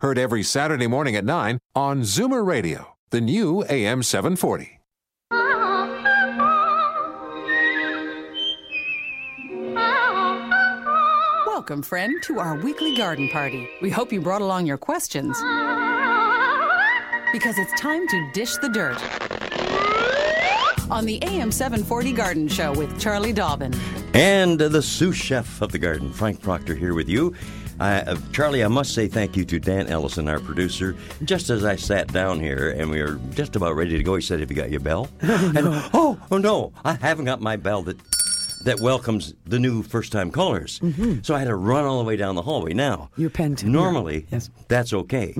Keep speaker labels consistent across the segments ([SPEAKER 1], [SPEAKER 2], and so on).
[SPEAKER 1] Heard every Saturday morning at 9 on Zoomer Radio, the new AM 740.
[SPEAKER 2] Welcome, friend, to our weekly garden party. We hope you brought along your questions because it's time to dish the dirt on the AM 740 Garden Show with Charlie Dobbin.
[SPEAKER 3] And the sous chef of the garden, Frank Proctor, here with you. I, uh, Charlie, I must say thank you to Dan Ellison, our producer. Just as I sat down here and we were just about ready to go, he said, "Have you got your bell?" and oh, oh no, I haven't got my bell that that welcomes the new first-time callers.
[SPEAKER 4] Mm-hmm.
[SPEAKER 3] So I had to run all the way down the hallway. Now
[SPEAKER 4] Your pen to-
[SPEAKER 3] Normally,
[SPEAKER 4] Yes. Mm.
[SPEAKER 3] that's okay.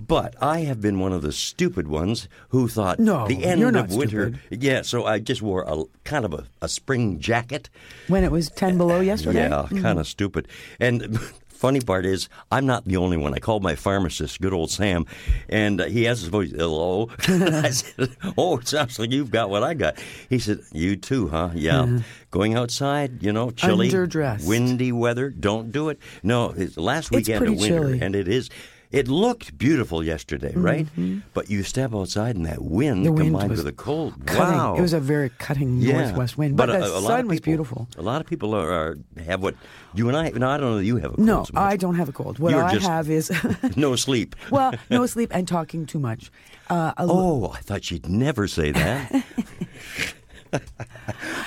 [SPEAKER 3] But I have been one of the stupid ones who thought
[SPEAKER 4] No,
[SPEAKER 3] the end
[SPEAKER 4] you're
[SPEAKER 3] of
[SPEAKER 4] not
[SPEAKER 3] winter.
[SPEAKER 4] stupid.
[SPEAKER 3] Yeah, so I just wore a kind of a, a spring jacket.
[SPEAKER 4] When it was 10 below yesterday? Mm-hmm. Mm.
[SPEAKER 3] Yeah, kind of stupid. And funny part is, I'm not the only one. I called my pharmacist, good old Sam, and uh, he asked his voice, hello. I said, oh, it sounds like you've got what I got. He said, you too, huh? Yeah. Going outside, you know, chilly,
[SPEAKER 4] Underdressed.
[SPEAKER 3] windy weather, don't do it. No, it's last
[SPEAKER 4] It's
[SPEAKER 3] weekend of
[SPEAKER 4] pretty
[SPEAKER 3] winter,
[SPEAKER 4] chilly.
[SPEAKER 3] and it is. It looked beautiful yesterday, right? But you step outside and that wind,
[SPEAKER 4] Mm-hmm. The wind
[SPEAKER 3] combined
[SPEAKER 4] was
[SPEAKER 3] with the cold,
[SPEAKER 4] Cutting.
[SPEAKER 3] wow,
[SPEAKER 4] It was a very cutting northwest wind, but, the
[SPEAKER 3] a- a lot
[SPEAKER 4] sun
[SPEAKER 3] of
[SPEAKER 4] was
[SPEAKER 3] people-
[SPEAKER 4] beautiful.
[SPEAKER 3] A lot of people are, are have what you and I. No, I don't know. that You have a cold
[SPEAKER 4] No,
[SPEAKER 3] so much.
[SPEAKER 4] I don't have a cold. What
[SPEAKER 3] You're
[SPEAKER 4] I
[SPEAKER 3] just-
[SPEAKER 4] have is,
[SPEAKER 3] No sleep.
[SPEAKER 4] well, no sleep and talking too much. Uh, a l-
[SPEAKER 3] oh, I thought you'd never say that.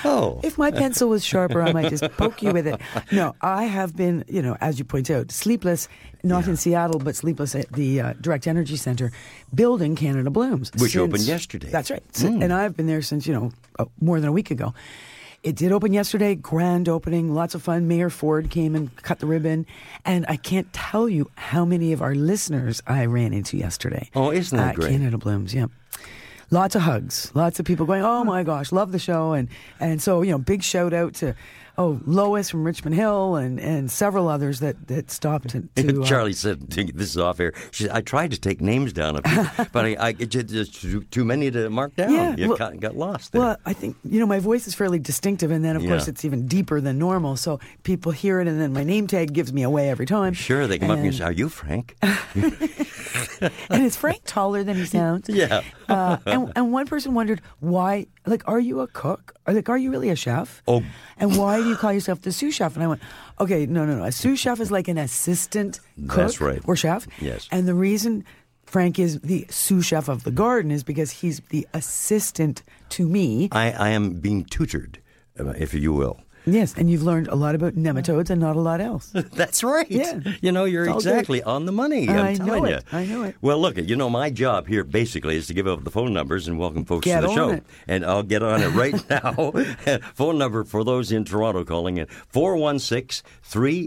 [SPEAKER 3] oh,
[SPEAKER 4] If my pencil was sharper, I might just poke you with it. No, I have been, you know, as you point out, sleepless, not in Seattle, but sleepless at the uh, Direct Energy Center building Canada Blooms.
[SPEAKER 3] Which opened yesterday. Hmm.
[SPEAKER 4] That's right. S- And I've been there since, you know, uh, more than a week ago. It did open yesterday, grand opening, lots of fun. Mayor Ford came and cut the ribbon. And I can't tell you how many of our listeners I ran into yesterday.
[SPEAKER 3] Oh, isn't that
[SPEAKER 4] at
[SPEAKER 3] great?
[SPEAKER 4] Canada Blooms, yeah. Lots of hugs, lots of people going, oh my gosh, love the show. And, and so, you know, big shout out to, oh, Lois from Richmond Hill and, and several others that, that stopped to. to uh,
[SPEAKER 3] Charlie said, "This is off air." She said, "I tried to take names down, of you, but I, I it just, just too, too many to mark down.
[SPEAKER 4] Yeah,
[SPEAKER 3] you
[SPEAKER 4] well-
[SPEAKER 3] got, got lost." There.
[SPEAKER 4] Well, I think, you know, my voice is fairly distinctive, and then, of course,
[SPEAKER 3] Yeah.
[SPEAKER 4] it's even deeper than normal. So people hear it, and then my name tag gives me away every time.
[SPEAKER 3] sure, they come up to you
[SPEAKER 4] and,
[SPEAKER 3] and say, "Are you Frank?"
[SPEAKER 4] and is Frank taller than he sounds?
[SPEAKER 3] yeah.
[SPEAKER 4] uh, and, and one person wondered why, like, are you a cook? Or, like, are you really a chef?
[SPEAKER 3] Oh.
[SPEAKER 4] And why do you call yourself the sous chef? And I went, okay, no, no, no. A sous chef is like an assistant cook
[SPEAKER 3] That's right.
[SPEAKER 4] or chef.
[SPEAKER 3] Yes.
[SPEAKER 4] And the reason Frank is the sous chef of the garden is because he's the assistant to me.
[SPEAKER 3] I, I am being tutored, uh, if you will.
[SPEAKER 4] Yes. And you've learned a lot about nematodes and not a lot else.
[SPEAKER 3] That's right.
[SPEAKER 4] Yeah.
[SPEAKER 3] You know, you're
[SPEAKER 4] It's all good.
[SPEAKER 3] exactly on the money. I'm
[SPEAKER 4] I know
[SPEAKER 3] telling
[SPEAKER 4] it.
[SPEAKER 3] you.
[SPEAKER 4] I know it.
[SPEAKER 3] Well, look, you know, my job here basically is to give up the phone numbers and welcome folks
[SPEAKER 4] Get
[SPEAKER 3] to the
[SPEAKER 4] on
[SPEAKER 3] show.
[SPEAKER 4] it.
[SPEAKER 3] And I'll get on it right now. phone number for those in Toronto calling in 416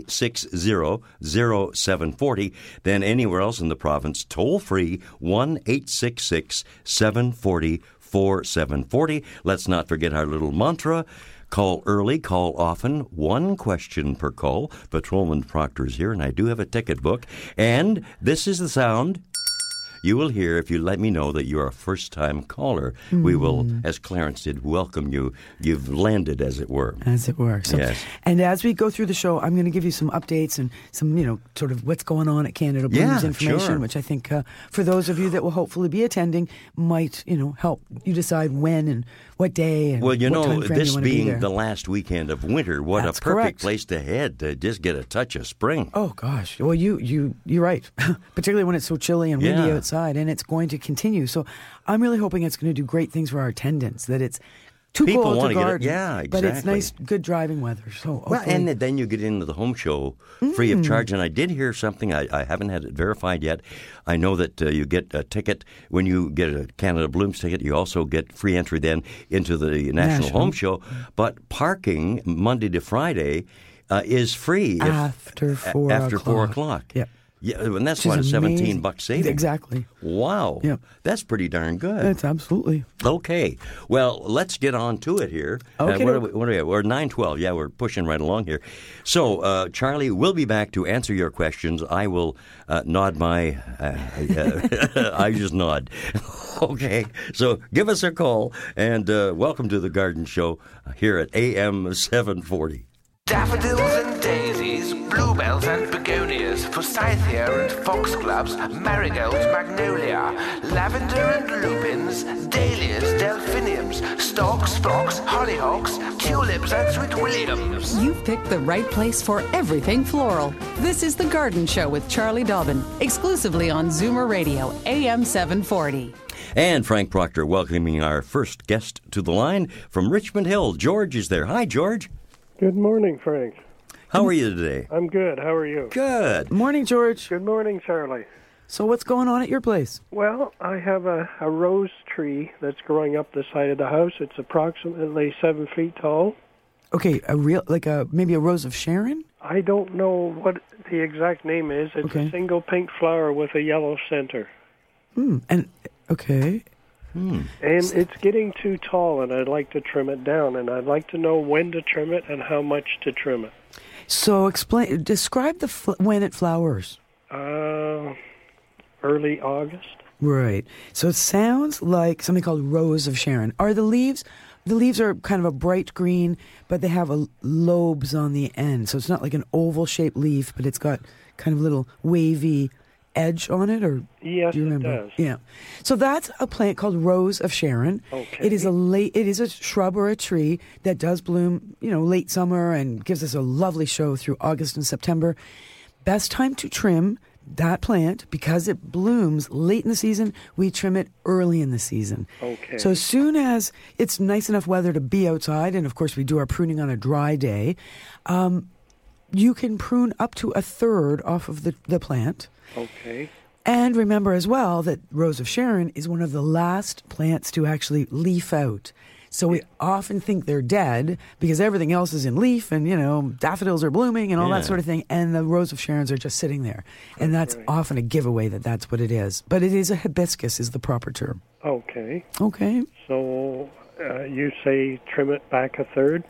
[SPEAKER 3] 360 0740. Then anywhere else in the province, toll free 1 866 740 4740. Let's not forget our little mantra. Call early, call often, one question per call. Patrolman Proctor is here, and I do have a ticket book. And this is the sound you will hear if you let me know that you're a first time caller. We will,
[SPEAKER 4] Mm.
[SPEAKER 3] as Clarence did, welcome you. You've landed, as it were.
[SPEAKER 4] as it were. So,
[SPEAKER 3] Yes.
[SPEAKER 4] And as we go through the show, I'm going to give you some updates and some, you know, sort of what's going on at Canada Blues
[SPEAKER 3] Yeah,
[SPEAKER 4] information,
[SPEAKER 3] sure.
[SPEAKER 4] which I think uh, for those of you that will hopefully be attending might, you know, help you decide when and what day and
[SPEAKER 3] Well, you
[SPEAKER 4] what
[SPEAKER 3] know,
[SPEAKER 4] time frame
[SPEAKER 3] this
[SPEAKER 4] you want to be
[SPEAKER 3] being
[SPEAKER 4] there.
[SPEAKER 3] the last weekend of winter, what
[SPEAKER 4] That's
[SPEAKER 3] a perfect
[SPEAKER 4] correct.
[SPEAKER 3] place to head to just get a touch of spring.
[SPEAKER 4] Oh gosh! Well, you you you're right, particularly when it's so chilly and windy
[SPEAKER 3] Yeah.
[SPEAKER 4] outside, and it's going to continue. So, I'm really hoping it's going to do great things for our attendance. That it's too
[SPEAKER 3] People
[SPEAKER 4] cold
[SPEAKER 3] wanna
[SPEAKER 4] to
[SPEAKER 3] get it-
[SPEAKER 4] garden,
[SPEAKER 3] yeah,
[SPEAKER 4] but it's
[SPEAKER 3] exactly.
[SPEAKER 4] nice, good driving weather. So,
[SPEAKER 3] Well,
[SPEAKER 4] hopefully-
[SPEAKER 3] and then you get into the home show free
[SPEAKER 4] Mm.
[SPEAKER 3] of charge. And I did hear something. I, I haven't had it verified yet. I know that uh, you get a ticket when you get a Canada Blooms ticket. You also get free entry then into the National,
[SPEAKER 4] National.
[SPEAKER 3] Home Show. But parking Monday to Friday uh, is free if-
[SPEAKER 4] After
[SPEAKER 3] a-
[SPEAKER 4] four
[SPEAKER 3] after four
[SPEAKER 4] o'clock.
[SPEAKER 3] o'clock.
[SPEAKER 4] Yep.
[SPEAKER 3] Yeah, and that's
[SPEAKER 4] Which is
[SPEAKER 3] what a seventeen
[SPEAKER 4] amazing.
[SPEAKER 3] buck savings.
[SPEAKER 4] Exactly.
[SPEAKER 3] Wow.
[SPEAKER 4] Yeah.
[SPEAKER 3] That's pretty darn good.
[SPEAKER 4] That's absolutely.
[SPEAKER 3] Okay. Well, let's get on to it here. Uh,
[SPEAKER 4] Okay.
[SPEAKER 3] what, are we, what are we at? We're 912. Yeah, we're pushing right along here. So, uh, Charlie, we'll be back to answer your questions. I will uh, nod my. Uh, uh, I just nod. okay. So, give us a call and uh, welcome to the Garden Show here at AM 740.
[SPEAKER 5] Daffodils and daisies, bluebells and begonias, forsythia and foxgloves, marigolds, magnolia, lavender and lupins, dahlias, delphiniums, stalks, phlox, hollyhocks, tulips and sweet williams.
[SPEAKER 2] You've picked the right place for everything floral. This is The Garden Show with Charlie Dobbin, exclusively on Zoomer Radio, AM 740.
[SPEAKER 3] And Frank Proctor welcoming our first guest to the line from Richmond Hill. George is there. Hi, George.
[SPEAKER 6] Good morning, Frank.
[SPEAKER 3] How are you today?
[SPEAKER 6] I'm good. How are you?
[SPEAKER 3] Good.
[SPEAKER 4] Morning, George.
[SPEAKER 6] Good morning, Charlie.
[SPEAKER 4] So what's going on at your place?
[SPEAKER 6] Well, I have a, a rose tree that's growing up the side of the house. It's approximately seven feet tall.
[SPEAKER 4] Okay, a real like a maybe a rose of Sharon.
[SPEAKER 6] I don't know what the exact name is. It's
[SPEAKER 4] Okay.
[SPEAKER 6] a single pink flower with a yellow center.
[SPEAKER 4] Hmm. And okay,
[SPEAKER 6] And it's getting too tall, and I'd like to trim it down. And I'd like to know when to trim it and how much to trim it.
[SPEAKER 4] so explain. Describe the fl- when it flowers.
[SPEAKER 6] Uh, early August.
[SPEAKER 4] Right. So it sounds like something called Rose of Sharon. Are the leaves? The leaves are kind of a bright green, but they have a lobes on the end, so it's not like an oval-shaped leaf, but it's got kind of little wavy edge on it. Or
[SPEAKER 6] Yes,
[SPEAKER 4] do you
[SPEAKER 6] it
[SPEAKER 4] remember?
[SPEAKER 6] does.
[SPEAKER 4] Yeah. So that's a plant called Rose of Sharon.
[SPEAKER 6] Okay.
[SPEAKER 4] It is a late. It is a shrub or a tree that does bloom, you know, late summer and gives us a lovely show through August and September. Best time to trim that plant because it blooms late in the season. We trim it early in the season.
[SPEAKER 6] Okay.
[SPEAKER 4] So as soon as it's nice enough weather to be outside, and of course we do our pruning on a dry day, um, you can prune up to a third off of the, the plant.
[SPEAKER 6] Okay.
[SPEAKER 4] And remember as well that Rose of Sharon is one of the last plants to actually leaf out. So we often think they're dead because everything else is in leaf and, you know, daffodils are blooming and all
[SPEAKER 3] Yeah.
[SPEAKER 4] that sort of thing. And the Rose of Sharon's are just sitting there. And that's often a giveaway that that's what it is. But it is a hibiscus, is the proper term.
[SPEAKER 6] Okay.
[SPEAKER 4] Okay.
[SPEAKER 6] So uh, you say trim it back a third?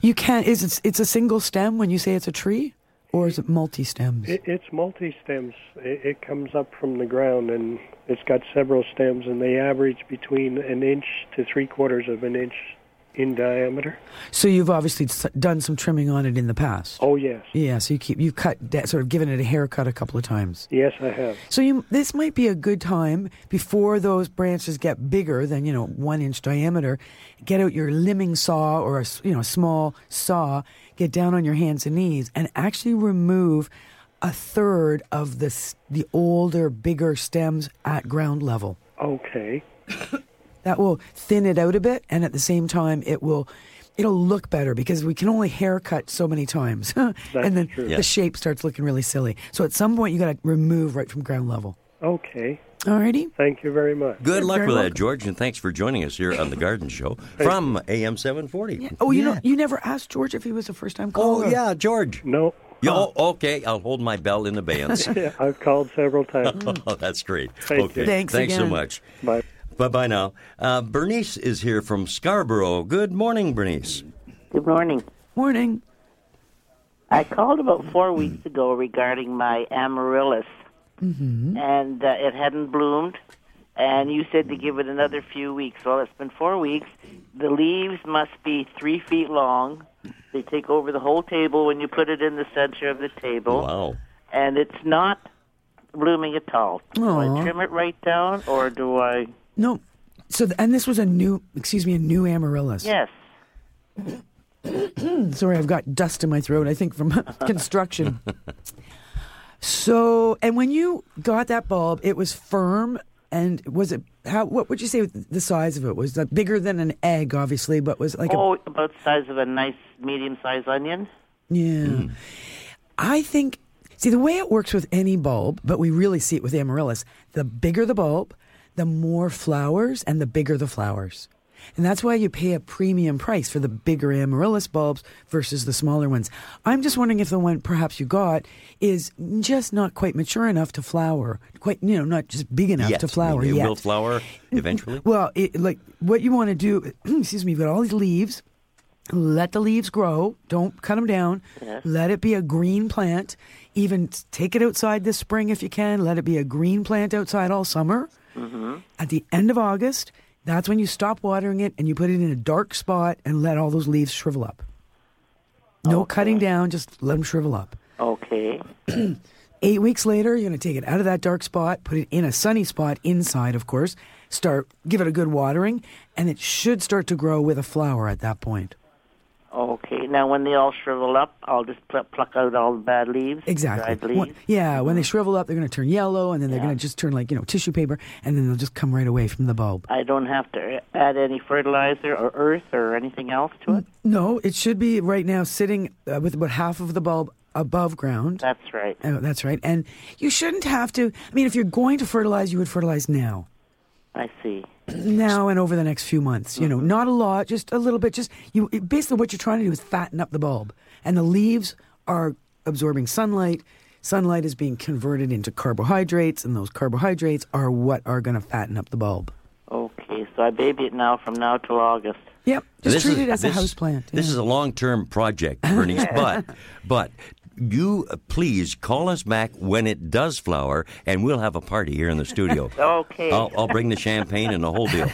[SPEAKER 4] You can't, is it, it's a single stem when you say it's a tree? Or is it multi stems?
[SPEAKER 6] It, it's multi stems. It, it comes up from the ground and it's got several stems, and they average between an inch to three quarters of an inch in diameter.
[SPEAKER 4] So you've obviously s- done some trimming on it in the past.
[SPEAKER 6] Oh yes,
[SPEAKER 4] Yeah, so you keep, you've cut, that, sort of given it a haircut a couple of times.
[SPEAKER 6] yes, I have.
[SPEAKER 4] So you, this might be a good time before those branches get bigger than you know one inch diameter. Get out your limbing saw or a s- you know small saw. Get down on your hands and knees and actually remove a third of the s- the older, bigger stems at ground level.
[SPEAKER 6] Okay,
[SPEAKER 4] That will thin it out a bit, and at the same time, it will it'll look better because we can only haircut so many times, and then
[SPEAKER 6] true.
[SPEAKER 4] the
[SPEAKER 3] Yeah.
[SPEAKER 4] shape starts looking really silly. So at some point, you got to remove right from ground level.
[SPEAKER 6] okay.
[SPEAKER 4] Alrighty.
[SPEAKER 6] Thank you very much.
[SPEAKER 3] Good
[SPEAKER 4] You're
[SPEAKER 3] luck
[SPEAKER 4] very
[SPEAKER 3] with that,
[SPEAKER 4] welcome.
[SPEAKER 3] George, and thanks for joining us here on the Garden Show from AM seven forty.
[SPEAKER 4] Oh, you know, you never asked George if he was a first-time caller.
[SPEAKER 3] Oh yeah, George.
[SPEAKER 6] No,
[SPEAKER 3] Yo, oh, okay, I'll hold my bell in abeyance.
[SPEAKER 6] I've called several times.
[SPEAKER 3] oh, that's great.
[SPEAKER 6] Thank you.
[SPEAKER 3] okay,
[SPEAKER 4] Thanks
[SPEAKER 3] so
[SPEAKER 4] again.
[SPEAKER 3] much.
[SPEAKER 6] Bye.
[SPEAKER 3] Bye bye now. Uh, Bernice is here from Scarborough. Good morning, Bernice.
[SPEAKER 7] Good morning.
[SPEAKER 4] Morning.
[SPEAKER 7] I called about four weeks ago regarding my amaryllis, and uh, it hadn't bloomed. And you said to give it another few weeks. Well, it's been four weeks. The leaves must be three feet long. They take over the whole table when you put it in the center of the table,
[SPEAKER 3] Wow.
[SPEAKER 7] and it's not blooming at all. Do
[SPEAKER 4] Aw.
[SPEAKER 7] I trim it right down, or do I?
[SPEAKER 4] No. So, th- and this was a new, excuse me, a new amaryllis.
[SPEAKER 7] Yes.
[SPEAKER 4] Sorry, I've got dust in my throat, I think, from construction. so, and when you got that bulb, it was firm. And was it, how, what would you say the size of it was? That bigger than an egg, obviously, but was like a
[SPEAKER 7] Oh, about the size of a nice medium-sized onion.
[SPEAKER 4] Yeah.
[SPEAKER 3] Hmm.
[SPEAKER 4] I think, see, the way it works with any bulb, but we really see it with amaryllis, the bigger the bulb, the more flowers and the bigger the flowers. And that's why you pay a premium price for the bigger amaryllis bulbs versus the smaller ones. I'm just wondering if the one perhaps you got is just not quite mature enough to flower, quite, you know, not just big enough
[SPEAKER 3] Yet.
[SPEAKER 4] to flower
[SPEAKER 3] It
[SPEAKER 4] yet.
[SPEAKER 3] will flower eventually.
[SPEAKER 4] Well, it, like what you want to do, excuse me, you've got all these leaves. Let the leaves grow. Don't cut them down. Let it be a green plant. Even t- take it outside this spring if you can. Let it be a green plant outside all summer. At the end of August, that's when you stop watering it and you put it in a dark spot and let all those leaves shrivel up. No cutting down, just let them shrivel up.
[SPEAKER 7] Okay.
[SPEAKER 4] Eight weeks later, you're going to take it out of that dark spot, put it in a sunny spot inside, of course. Start give it a good watering, and it should start to grow with a flower at that point.
[SPEAKER 7] Okay. Now, when they all shrivel up, I'll just pl- pluck out all the bad leaves.
[SPEAKER 4] Exactly.
[SPEAKER 7] Dried leaves.
[SPEAKER 4] When- yeah, when they shrivel up, they're going to turn yellow, and then they're going to just turn like you know tissue paper, and then they'll just come right away from the bulb.
[SPEAKER 7] I don't have to add any fertilizer or earth or anything else to it.
[SPEAKER 4] No, it should be right now sitting uh, with about half of the bulb above ground.
[SPEAKER 7] That's right.
[SPEAKER 4] Oh, that's right. And you shouldn't have to. I mean, if you're going to fertilize, you would fertilize now.
[SPEAKER 7] I see.
[SPEAKER 4] now and over the next few months. You know, not a lot, just a little bit. Just you. Basically, what you're trying to do is fatten up the bulb, and the leaves are absorbing sunlight. Sunlight is being converted into carbohydrates, and those carbohydrates are what are going to fatten up the bulb.
[SPEAKER 7] Okay. So I baby it now from now till August.
[SPEAKER 4] Yep, just
[SPEAKER 3] This
[SPEAKER 4] treat it
[SPEAKER 3] is-
[SPEAKER 4] as a
[SPEAKER 3] this-
[SPEAKER 4] house plant.
[SPEAKER 3] This is a long-term project, Bernice. but, but you uh, please call us back when it does flower, and we'll have a party here in the studio.
[SPEAKER 7] Okay.
[SPEAKER 3] I'll, I'll bring the champagne and the whole deal.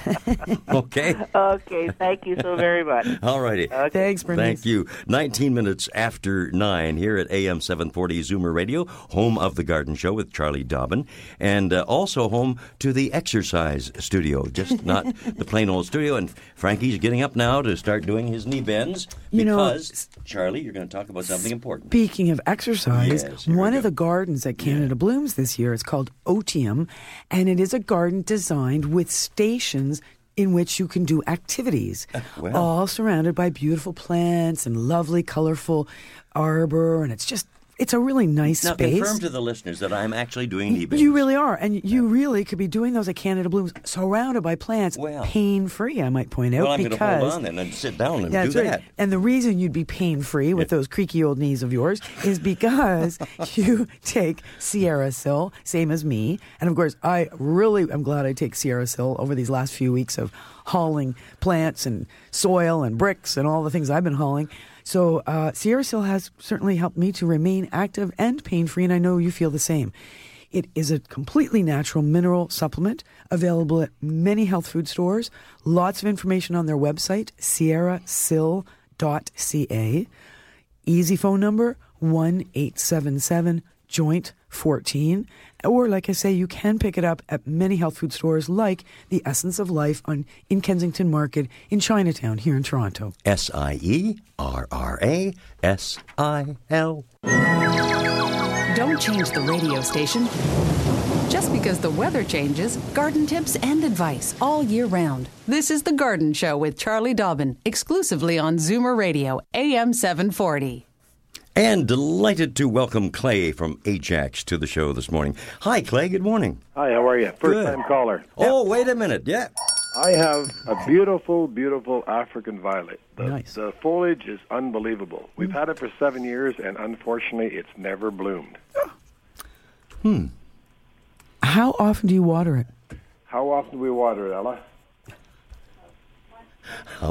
[SPEAKER 3] Okay.
[SPEAKER 7] Okay. Thank you so very much.
[SPEAKER 3] All righty.
[SPEAKER 4] Thanks, Bernice.
[SPEAKER 3] Thank you. 19 minutes after 9 here at AM 740 Zoomer Radio, home of The Garden Show with Charlie Dobbin, and uh, also home to the exercise studio, just not the plain old studio. And Frankie's getting up now to start doing his knee bends
[SPEAKER 4] You know,
[SPEAKER 3] because, Charlie, you're going to talk about something important.
[SPEAKER 4] Speaking of exercise,
[SPEAKER 3] Yes, here we
[SPEAKER 4] one
[SPEAKER 3] go.
[SPEAKER 4] of the gardens at Canada Blooms this year is called Otium, and it is a garden designed with stations in which you can do activities,
[SPEAKER 3] wow.
[SPEAKER 4] all surrounded by beautiful plants and lovely, colorful arbor, and it's just it's a really nice
[SPEAKER 3] Now,
[SPEAKER 4] space.
[SPEAKER 3] confirm to the listeners that I'm actually doing knee bends.
[SPEAKER 4] you really are, and you really could be doing those at Canada Blooms, surrounded by plants,
[SPEAKER 3] Wow.
[SPEAKER 4] pain-free. I might point out
[SPEAKER 3] Well, I'm going to
[SPEAKER 4] because
[SPEAKER 3] hold on then and sit down and
[SPEAKER 4] that's
[SPEAKER 3] do
[SPEAKER 4] right.
[SPEAKER 3] that.
[SPEAKER 4] And the reason you'd be pain free with those creaky old knees of yours is because you take Sierra Sil, same as me. And of course, I really am glad I take Sierra Sil over these last few weeks of hauling plants and soil and bricks and all the things I've been hauling. So uh, Sierra Sil has certainly helped me to remain active and pain free, and I know you feel the same. It is a completely natural mineral supplement available at many health food stores. Lots of information on their website, sierrasil.ca. Easy phone number 1 877 Joint 14. Or, like I say, you can pick it up at many health food stores like the Essence of Life on, in Kensington Market in Chinatown here in Toronto.
[SPEAKER 3] S I E R R A S I L.
[SPEAKER 2] Don't change the radio station. Just because the weather changes, garden tips and advice all year round. This is The Garden Show with Charlie Dobbin, exclusively on Zoomer Radio, AM 740.
[SPEAKER 3] And delighted to welcome Clay from Ajax to the show this morning. Hi, Clay. Good morning.
[SPEAKER 8] Hi, how are you? First
[SPEAKER 3] Good.
[SPEAKER 8] time caller.
[SPEAKER 3] Oh, wait a minute. Yeah.
[SPEAKER 8] I have a beautiful, beautiful African violet. The,
[SPEAKER 4] Nice.
[SPEAKER 8] the foliage is unbelievable. We've had it for seven years, and unfortunately, it's never bloomed.
[SPEAKER 4] How often do you water it?
[SPEAKER 8] How often do we water it, Ella?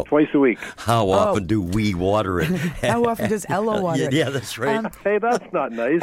[SPEAKER 8] Twice a week.
[SPEAKER 3] How often do we water it?
[SPEAKER 4] Oh. How often does Ella water
[SPEAKER 3] yeah,
[SPEAKER 4] it? Um,
[SPEAKER 3] yeah, that's right.
[SPEAKER 8] Hey, that's not nice.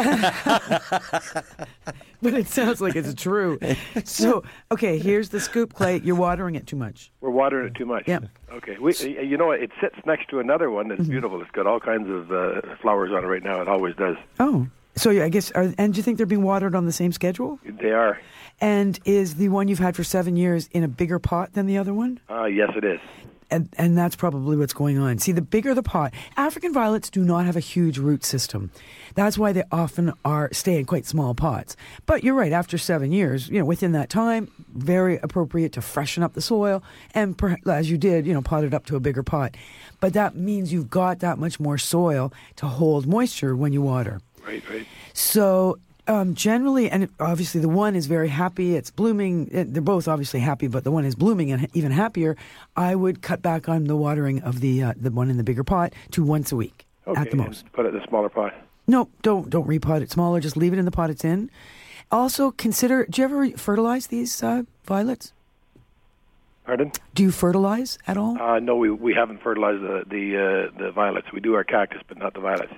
[SPEAKER 4] but it sounds like it's true. So, okay, here's the scoop, Clay. You're watering it too much.
[SPEAKER 8] We're watering it too much.
[SPEAKER 4] Yeah. Mm-hmm.
[SPEAKER 8] Okay. We, you know, what? it sits next to another one that's beautiful. It's got all kinds of uh, flowers on it right now. It always does.
[SPEAKER 4] Oh, so yeah, I guess. Are, and do you think they're being watered on the same schedule?
[SPEAKER 8] They are.
[SPEAKER 4] And is the one you've had for seven years in a bigger pot than the other one?
[SPEAKER 8] Ah, yes, it is.
[SPEAKER 4] And and that's probably what's going on. See, the bigger the pot, African violets do not have a huge root system. That's why they often are stay in quite small pots. But you're right. After seven years, you know, within that time, very appropriate to freshen up the soil and per, as you did, you know, pot it up to a bigger pot. But that means you've got that much more soil to hold moisture when you water.
[SPEAKER 8] Right, right.
[SPEAKER 4] So um, generally, and obviously the one is very happy. It's blooming. It, they're both obviously happy, but the one is blooming and even happier. I would cut back on the watering of the uh, the one in the bigger pot to once a week
[SPEAKER 8] Okay,
[SPEAKER 4] at the most.
[SPEAKER 8] and put it in a smaller pot.
[SPEAKER 4] No, don't don't repot it smaller. Just leave it in the pot it's in. Also consider. Do you ever fertilize these uh, violets?
[SPEAKER 8] Pardon?
[SPEAKER 4] Do you fertilize at all?
[SPEAKER 8] Uh, no, we we haven't fertilized the the uh, the violets. We do our cactus, but not the violets.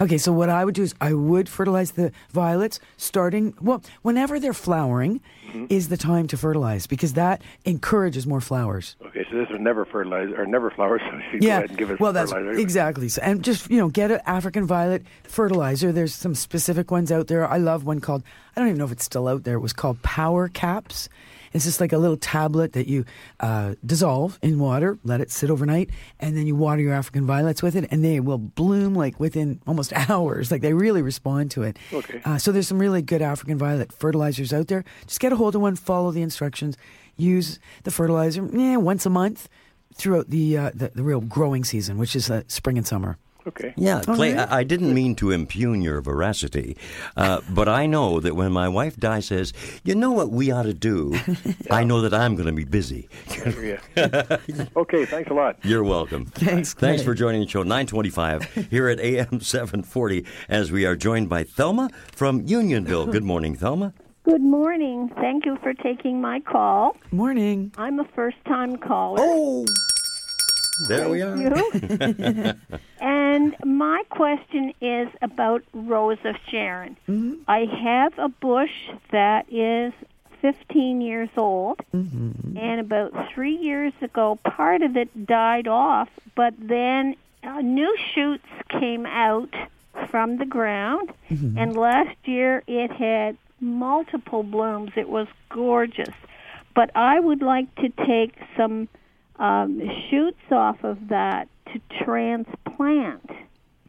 [SPEAKER 4] Okay, so what I would do is I would fertilize the violets starting, well, whenever they're flowering
[SPEAKER 8] Mm-hmm.
[SPEAKER 4] is the time to fertilize because that encourages more flowers.
[SPEAKER 8] Okay, so this was never fertilized or never flowers. So we should go
[SPEAKER 4] yeah.
[SPEAKER 8] ahead and give it
[SPEAKER 4] well, that's
[SPEAKER 8] fertilizer.
[SPEAKER 4] exactly. So, and just, you know, get an African violet fertilizer. There's some specific ones out there. I love one called, I don't even know if it's still out there. It was called Power Caps. It's just like a little tablet that you uh, dissolve in water, let it sit overnight, and then you water your African violets with it, and they will bloom like within almost hours. Like they really respond to it.
[SPEAKER 8] Okay.
[SPEAKER 4] Uh, so there's some really good African violet fertilizers out there. Just get a hold of one, follow the instructions, use the fertilizer eh, once a month throughout the, uh, the the real growing season, which is uh, spring and summer.
[SPEAKER 8] Okay.
[SPEAKER 3] Yeah,
[SPEAKER 4] All
[SPEAKER 3] Clay,
[SPEAKER 4] right.
[SPEAKER 3] I I didn't mean to impugn your veracity, uh, but I know that when my wife Di says, you know what we ought to do, I know that I'm going to be busy.
[SPEAKER 8] Yeah. okay, thanks a lot.
[SPEAKER 3] You're welcome.
[SPEAKER 4] Thanks,
[SPEAKER 3] Thanks
[SPEAKER 4] Clay.
[SPEAKER 3] for joining the show, 925 here at AM 740, as we are joined by Thelma from Unionville. Good morning, Thelma.
[SPEAKER 9] Good morning. Thank you for taking my call.
[SPEAKER 4] Morning.
[SPEAKER 9] I'm a first time caller.
[SPEAKER 3] Oh, there we are.
[SPEAKER 9] You? and my question is about Rose of Sharon. I have a bush that is 15 years old, and about three years ago, part of it died off, but then uh, new shoots came out from the ground, and last year it had multiple blooms. It was gorgeous. But I would like to take some um, shoots off of that to transplant.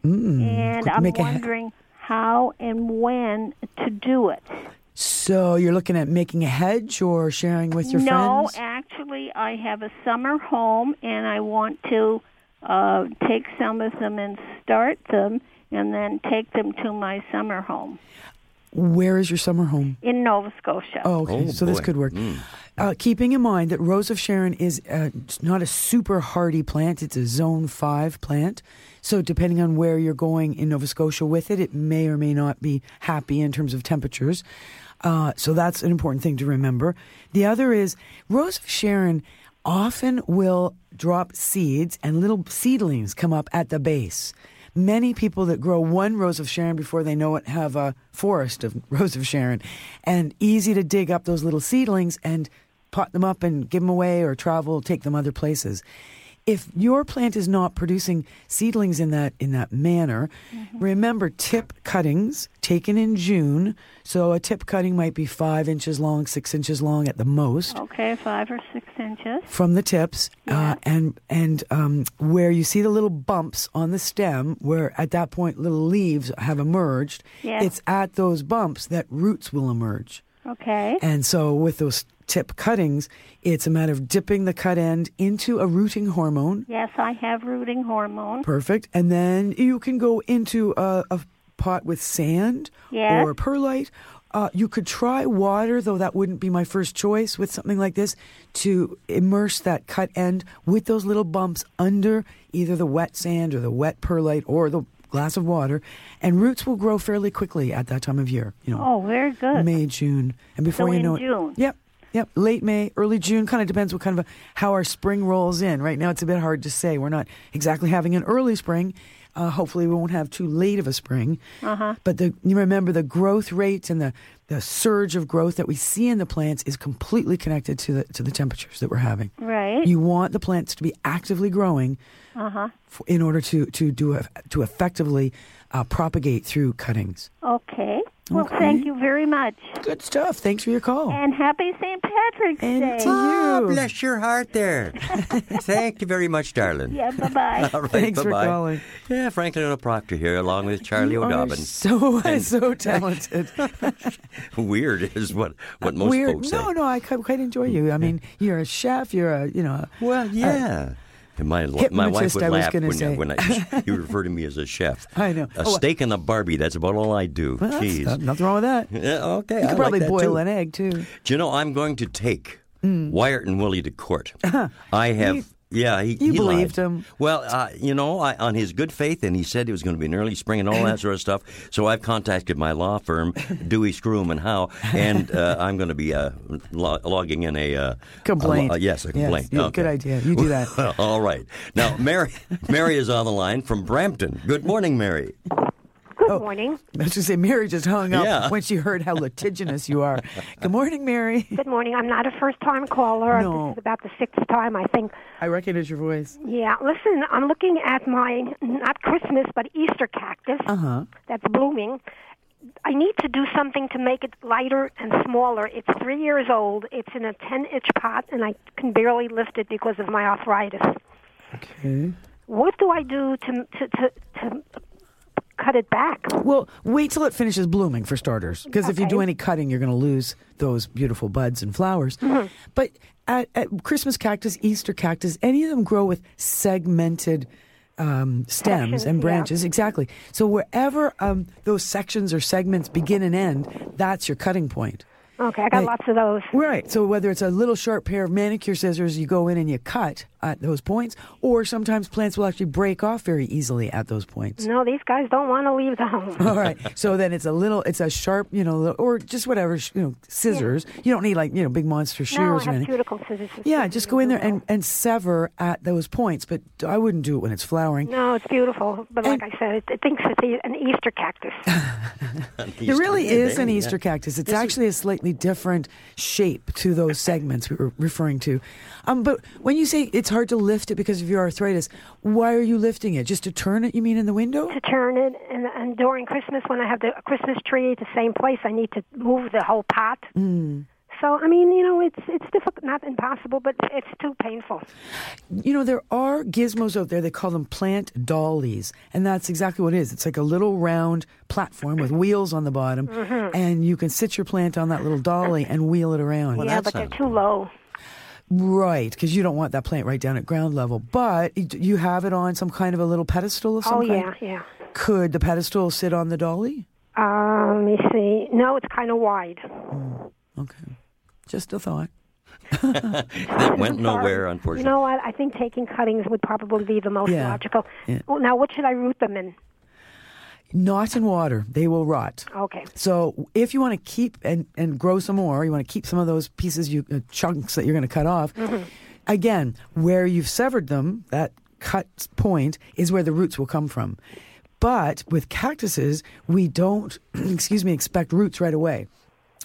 [SPEAKER 9] and I'm
[SPEAKER 4] Mm. make a ha-
[SPEAKER 9] wondering how and when to do it.
[SPEAKER 4] So you're looking at making a hedge or sharing with your
[SPEAKER 9] no,
[SPEAKER 4] friends?
[SPEAKER 9] actually, I have a summer home and I want to uh, take some of them and start them and then take them to my summer home
[SPEAKER 4] Where is your summer home?
[SPEAKER 9] in Nova Scotia.
[SPEAKER 4] Oh, okay.
[SPEAKER 3] Oh,
[SPEAKER 4] so this
[SPEAKER 3] boy.
[SPEAKER 4] could work. Uh, keeping in mind that Rose of Sharon is uh, not a super hardy plant, it's a zone five plant. So, depending on where you're going in Nova Scotia with it, it may or may not be happy in terms of temperatures. Uh, so, that's an important thing to remember. The other is Rose of Sharon often will drop seeds and little seedlings come up at the base. Many people that grow one rose of Sharon before they know it have a forest of rose of Sharon, and easy to dig up those little seedlings and pot them up and give them away or travel, take them other places. If your plant is not producing seedlings in that in that manner, remember tip cuttings taken in June. So a tip cutting might be five inches long, six inches long at the most
[SPEAKER 9] Okay, five or six inches.
[SPEAKER 4] from the tips uh, and and um, where you see the little bumps on the stem where at that point little leaves have emerged
[SPEAKER 9] Yeah.
[SPEAKER 4] it's at those bumps that roots will emerge
[SPEAKER 9] Okay.
[SPEAKER 4] and so with those tip cuttings it's a matter of dipping the cut end into a rooting hormone
[SPEAKER 9] Yes, I have rooting hormone.
[SPEAKER 4] Perfect. And then you can go into a, a pot with sand
[SPEAKER 9] Yes.
[SPEAKER 4] or perlite. Uh, you could try water, though that wouldn't be my first choice with something like this, to immerse that cut end with those little bumps under either the wet sand or the wet perlite or the glass of water. And roots will grow fairly quickly at that time of year, you know.
[SPEAKER 9] Oh, very good.
[SPEAKER 4] May, June, and before
[SPEAKER 9] So
[SPEAKER 4] you
[SPEAKER 9] in
[SPEAKER 4] know it,
[SPEAKER 9] June.
[SPEAKER 4] Yep, yep. Late May, early June. Kind of depends what kind of a, how our spring rolls in. Right now, it's a bit hard to say. We're not exactly having an early spring. Uh, hopefully, we won't have too late of a spring. Uh-huh. But the you remember the growth rates and the the surge of growth that we see in the plants is completely connected to the to the temperatures that we're having.
[SPEAKER 9] Right. Uh-huh.
[SPEAKER 4] You want the plants to be actively growing. f- In order to to do a, to effectively uh, propagate through cuttings,
[SPEAKER 9] Okay. Well,
[SPEAKER 4] Okay.
[SPEAKER 9] thank you very much.
[SPEAKER 4] good stuff. Thanks for your call.
[SPEAKER 9] And happy St. Patrick's
[SPEAKER 4] And
[SPEAKER 9] Day.
[SPEAKER 4] to
[SPEAKER 3] Ah,
[SPEAKER 4] you.
[SPEAKER 3] bless your heart there. Thank you very much, darling.
[SPEAKER 9] Yeah, bye bye.
[SPEAKER 3] All right,
[SPEAKER 4] Thanks for
[SPEAKER 3] bye-bye.
[SPEAKER 4] calling.
[SPEAKER 3] Yeah, Franklin O'Proctor here, along with Charlie
[SPEAKER 4] You are
[SPEAKER 3] O'Dobbin.
[SPEAKER 4] so so talented.
[SPEAKER 3] Weird is what, what most
[SPEAKER 4] Uh, Weird.
[SPEAKER 3] folks say.
[SPEAKER 4] No, no, I quite quite enjoy you. I mean, you're a chef. You're a you know. a-
[SPEAKER 3] Well,
[SPEAKER 4] a-
[SPEAKER 3] yeah. And my my wife
[SPEAKER 4] Hypnotist,
[SPEAKER 3] would
[SPEAKER 4] I was
[SPEAKER 3] laugh
[SPEAKER 4] gonna
[SPEAKER 3] when,
[SPEAKER 4] say.
[SPEAKER 3] when I, you refer to me as a chef.
[SPEAKER 4] I know.
[SPEAKER 3] A
[SPEAKER 4] Oh,
[SPEAKER 3] steak and a Barbie. That's about all I do.
[SPEAKER 4] Well, that's
[SPEAKER 3] Jeez.
[SPEAKER 4] not- nothing wrong with that. You
[SPEAKER 3] Yeah, okay. I
[SPEAKER 4] could
[SPEAKER 3] like
[SPEAKER 4] probably
[SPEAKER 3] that
[SPEAKER 4] boil
[SPEAKER 3] too.
[SPEAKER 4] an egg too.
[SPEAKER 3] Do you know, I'm going to take Wyatt and Willie to court. I have. yeah, he,
[SPEAKER 4] Uh-huh. you
[SPEAKER 3] he lied.
[SPEAKER 4] believed him.
[SPEAKER 3] Well, uh, you know, I, on his good faith, and he said it was going to be an early spring and all that sort of stuff. So I've contacted my law firm, Dewey, Scroom, and Howe, and uh, I'm going to be uh, lo- logging in a uh,
[SPEAKER 4] Complaint.
[SPEAKER 3] a lo- yes, a
[SPEAKER 4] Yes,
[SPEAKER 3] complaint.
[SPEAKER 4] yeah, good idea. You do that.
[SPEAKER 3] all right. Now, Mary, Mary is on the line from Brampton. Good morning, Mary.
[SPEAKER 10] Good morning.
[SPEAKER 4] oh, I was going to say, Mary just hung up
[SPEAKER 3] Yeah.
[SPEAKER 4] when she heard how litigious you are. Good morning, Mary.
[SPEAKER 10] Good morning. I'm not a first time caller.
[SPEAKER 4] No.
[SPEAKER 10] This is about the sixth time, I think.
[SPEAKER 4] I recognize your voice.
[SPEAKER 10] Yeah, listen, I'm looking at my, not Christmas, but Easter cactus
[SPEAKER 4] Uh-huh.
[SPEAKER 10] that's blooming. I need to do something to make it lighter and smaller. It's three years old. It's in a 10 inch pot, and I can barely lift it because of my arthritis.
[SPEAKER 4] Okay.
[SPEAKER 10] What do I do to, to, to, to cut it back?
[SPEAKER 4] Well, wait till it finishes blooming for starters, because if you do
[SPEAKER 10] Okay.
[SPEAKER 4] any cutting, you're going to lose those beautiful buds and flowers.
[SPEAKER 10] Mm-hmm.
[SPEAKER 4] But at, at Christmas cactus, Easter cactus, any of them grow with segmented um, stems
[SPEAKER 10] Sections,
[SPEAKER 4] and
[SPEAKER 10] yeah.
[SPEAKER 4] branches. Exactly. So wherever um, those sections or segments begin and end, that's your cutting point.
[SPEAKER 10] Okay, I got
[SPEAKER 4] Right.
[SPEAKER 10] lots of those.
[SPEAKER 4] Right. So whether it's a little sharp pair of manicure scissors, you go in and you cut at those points, or sometimes plants will actually break off very easily at those points.
[SPEAKER 10] No, these guys don't want to leave the home.
[SPEAKER 4] All right. So then it's a little, it's a sharp, you know, or just whatever, sh- you know, scissors. You don't need like, you know, big monster shears
[SPEAKER 10] No, I
[SPEAKER 4] or
[SPEAKER 10] have
[SPEAKER 4] anything.
[SPEAKER 10] cuticle scissors.
[SPEAKER 4] Yeah, just go in there and, and sever at those points. But I wouldn't do it when it's flowering.
[SPEAKER 10] No, it's beautiful, but like
[SPEAKER 4] And-
[SPEAKER 10] I said, it, it thinks it's e- an Easter cactus.
[SPEAKER 4] There really
[SPEAKER 3] Easter
[SPEAKER 4] is an
[SPEAKER 3] baby, yeah.
[SPEAKER 4] Easter cactus. It's actually a slightly different shape to those segments we were referring to. Um, but when you say it's hard to lift it because of your arthritis, why are you lifting it? Just to turn it, you mean in the window?
[SPEAKER 10] to turn it, and, and during Christmas when I have the Christmas tree at the same place, I need to move the whole pot.
[SPEAKER 4] Hmm.
[SPEAKER 10] So I mean, you know, it's it's difficult, not impossible, but it's too painful.
[SPEAKER 4] You know, there are gizmos out there. They call them plant dollies. And that's exactly what it is. It's like a little round platform with wheels on the bottom.
[SPEAKER 10] Mm-hmm.
[SPEAKER 4] And you can sit your plant on that little dolly and wheel it around.
[SPEAKER 10] yeah,
[SPEAKER 3] that
[SPEAKER 10] but they're
[SPEAKER 3] sounds
[SPEAKER 10] too low.
[SPEAKER 4] Right. Because you don't want that plant right down at ground level. But you- you have it on some kind of a little pedestal of some
[SPEAKER 10] Oh
[SPEAKER 4] kind.
[SPEAKER 10] yeah, yeah.
[SPEAKER 4] Could the pedestal sit on the dolly?
[SPEAKER 10] Um, let me see. No, it's kind of wide.
[SPEAKER 4] Mm, Okay. Just a thought.
[SPEAKER 3] That
[SPEAKER 10] I'm
[SPEAKER 3] went
[SPEAKER 10] sorry.
[SPEAKER 3] nowhere,
[SPEAKER 10] You
[SPEAKER 3] unfortunately.
[SPEAKER 10] know what? I think taking cuttings would probably be the most
[SPEAKER 4] Yeah,
[SPEAKER 10] logical.
[SPEAKER 4] yeah.
[SPEAKER 10] Well, now, what should I root them in?
[SPEAKER 4] Not in water. They will rot.
[SPEAKER 10] Okay.
[SPEAKER 4] So if you want to keep and, and grow some more, you want to keep some of those pieces, you uh, chunks that you're going to cut off.
[SPEAKER 11] Mm-hmm.
[SPEAKER 4] Again, where you've severed them, that cut point is where the roots will come from. But with cactuses, we don't, excuse me, expect roots right away.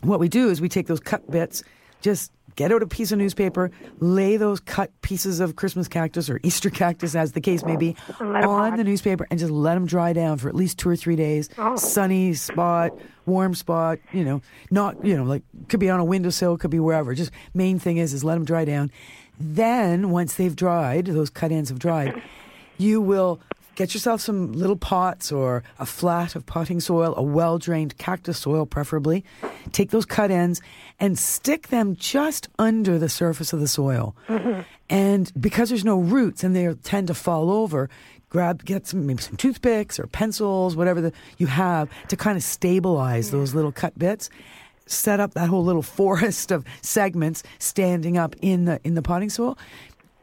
[SPEAKER 4] What we do is we take those cut bits, just get out a piece of newspaper, lay those cut pieces of Christmas cactus or Easter cactus, as the case may be,
[SPEAKER 10] And let 'em
[SPEAKER 4] on
[SPEAKER 10] rot.
[SPEAKER 4] the newspaper and just let them dry down for at least two or three days. Sunny spot, warm spot, you know, not, you know, like could be on a windowsill, could be wherever. Just main thing is, is let them dry down. Then once they've dried, those cut ends have dried, you will get yourself some little pots or a flat of potting soil, a well drained cactus soil, preferably. Take those cut ends and stick them just under the surface of the soil. And because there's no roots and they tend to fall over, grab get some maybe some toothpicks or pencils, whatever the, you have to kind of stabilize those little cut bits. Set up that whole little forest of segments standing up in the in the potting soil.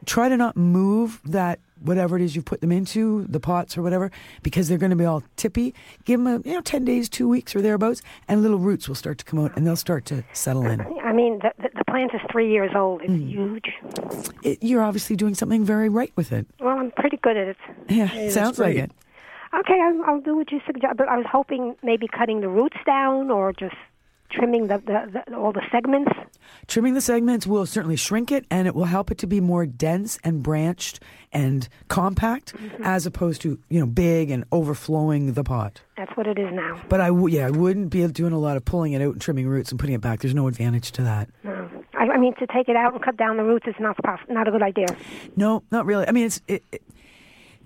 [SPEAKER 4] Try to not move that whatever it is you put them into the pots or whatever because they're going to be all tippy. Give them a, you know ten days, two weeks or thereabouts, and little roots will start to come out and they'll start to settle in.
[SPEAKER 10] I mean, the, the, the plant is three years old.
[SPEAKER 4] Mm.
[SPEAKER 10] It's huge.
[SPEAKER 4] It, you're obviously doing something very right with it.
[SPEAKER 10] Well, I'm pretty good at it.
[SPEAKER 4] Yeah, sounds like
[SPEAKER 3] great.
[SPEAKER 4] it.
[SPEAKER 10] Okay, I'll, I'll do what you suggest. But I was hoping maybe cutting the roots down or just trimming the, the, the all the segments.
[SPEAKER 4] Trimming the segments will certainly shrink it and it will help it to be more dense and branched and compact as opposed to, you know, big and overflowing the pot.
[SPEAKER 10] That's what it is now.
[SPEAKER 4] But I, w- yeah, I wouldn't be doing a lot of pulling it out and trimming roots and putting it back. There's no advantage to that.
[SPEAKER 10] No. I, I mean, to take it out and cut down the roots is not poss- not a good idea.
[SPEAKER 4] No, not really. I mean, it's, it, it,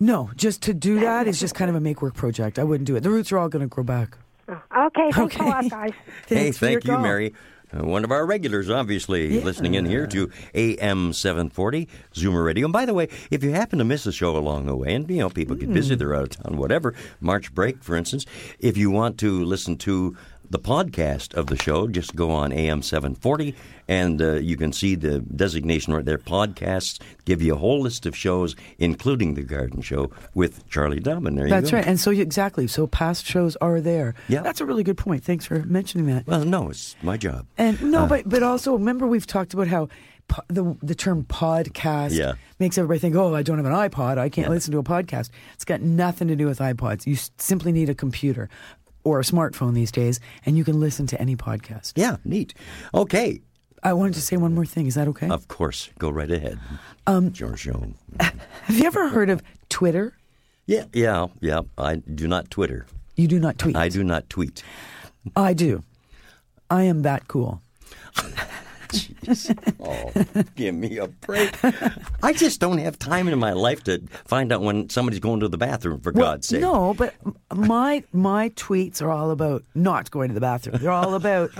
[SPEAKER 4] no, just to do that is just kind of a make work project. I wouldn't do it. The roots are all going to grow back.
[SPEAKER 10] Oh, Okay, thanks a lot, guys.
[SPEAKER 4] Thanks
[SPEAKER 3] Hey,
[SPEAKER 4] for your
[SPEAKER 3] thank you,
[SPEAKER 4] call.
[SPEAKER 3] Mary. uh, one of our regulars, obviously, listening in here to AM 740 Zoomer Radio. And by the way, if you happen to miss a show along the way, and you know people get
[SPEAKER 4] Hmm.
[SPEAKER 3] busy, they're out of town, whatever, March break, for instance, if you want to listen to the podcast of the show, just go on AM 740 and uh, you can see the designation right there. Podcasts give you a whole list of shows, including The Garden Show with Charlie Dobbin. There
[SPEAKER 4] That's
[SPEAKER 3] you go.
[SPEAKER 4] right. And so, you, exactly. So, past shows are there.
[SPEAKER 3] Yeah.
[SPEAKER 4] That's a really good point. Thanks for mentioning that.
[SPEAKER 3] Well, no, it's my job.
[SPEAKER 4] And no,
[SPEAKER 3] Uh,
[SPEAKER 4] but but also remember we've talked about how po- the the term podcast
[SPEAKER 3] Yeah.
[SPEAKER 4] makes everybody think, oh, I don't have an iPod, I can't listen to a podcast. It's got nothing to do with iPods. You s- simply need a computer or a smartphone these days, and you can listen to any podcast.
[SPEAKER 3] Yeah, neat. Okay, Uh.
[SPEAKER 4] I wanted to say one more thing. Is that okay? Um,
[SPEAKER 3] of course, go right ahead, Giorgio.
[SPEAKER 4] have you ever heard of Twitter?
[SPEAKER 3] Yeah, yeah, yeah. I do not Twitter.
[SPEAKER 4] You do not tweet.
[SPEAKER 3] I do not tweet.
[SPEAKER 4] I do. I am that cool.
[SPEAKER 3] Oh, give me a break. I just don't have time in my life to find out when somebody's going to the bathroom. For
[SPEAKER 4] Well,
[SPEAKER 3] God's sake.
[SPEAKER 4] No, but m- my my tweets are all about not going to the bathroom. They're all about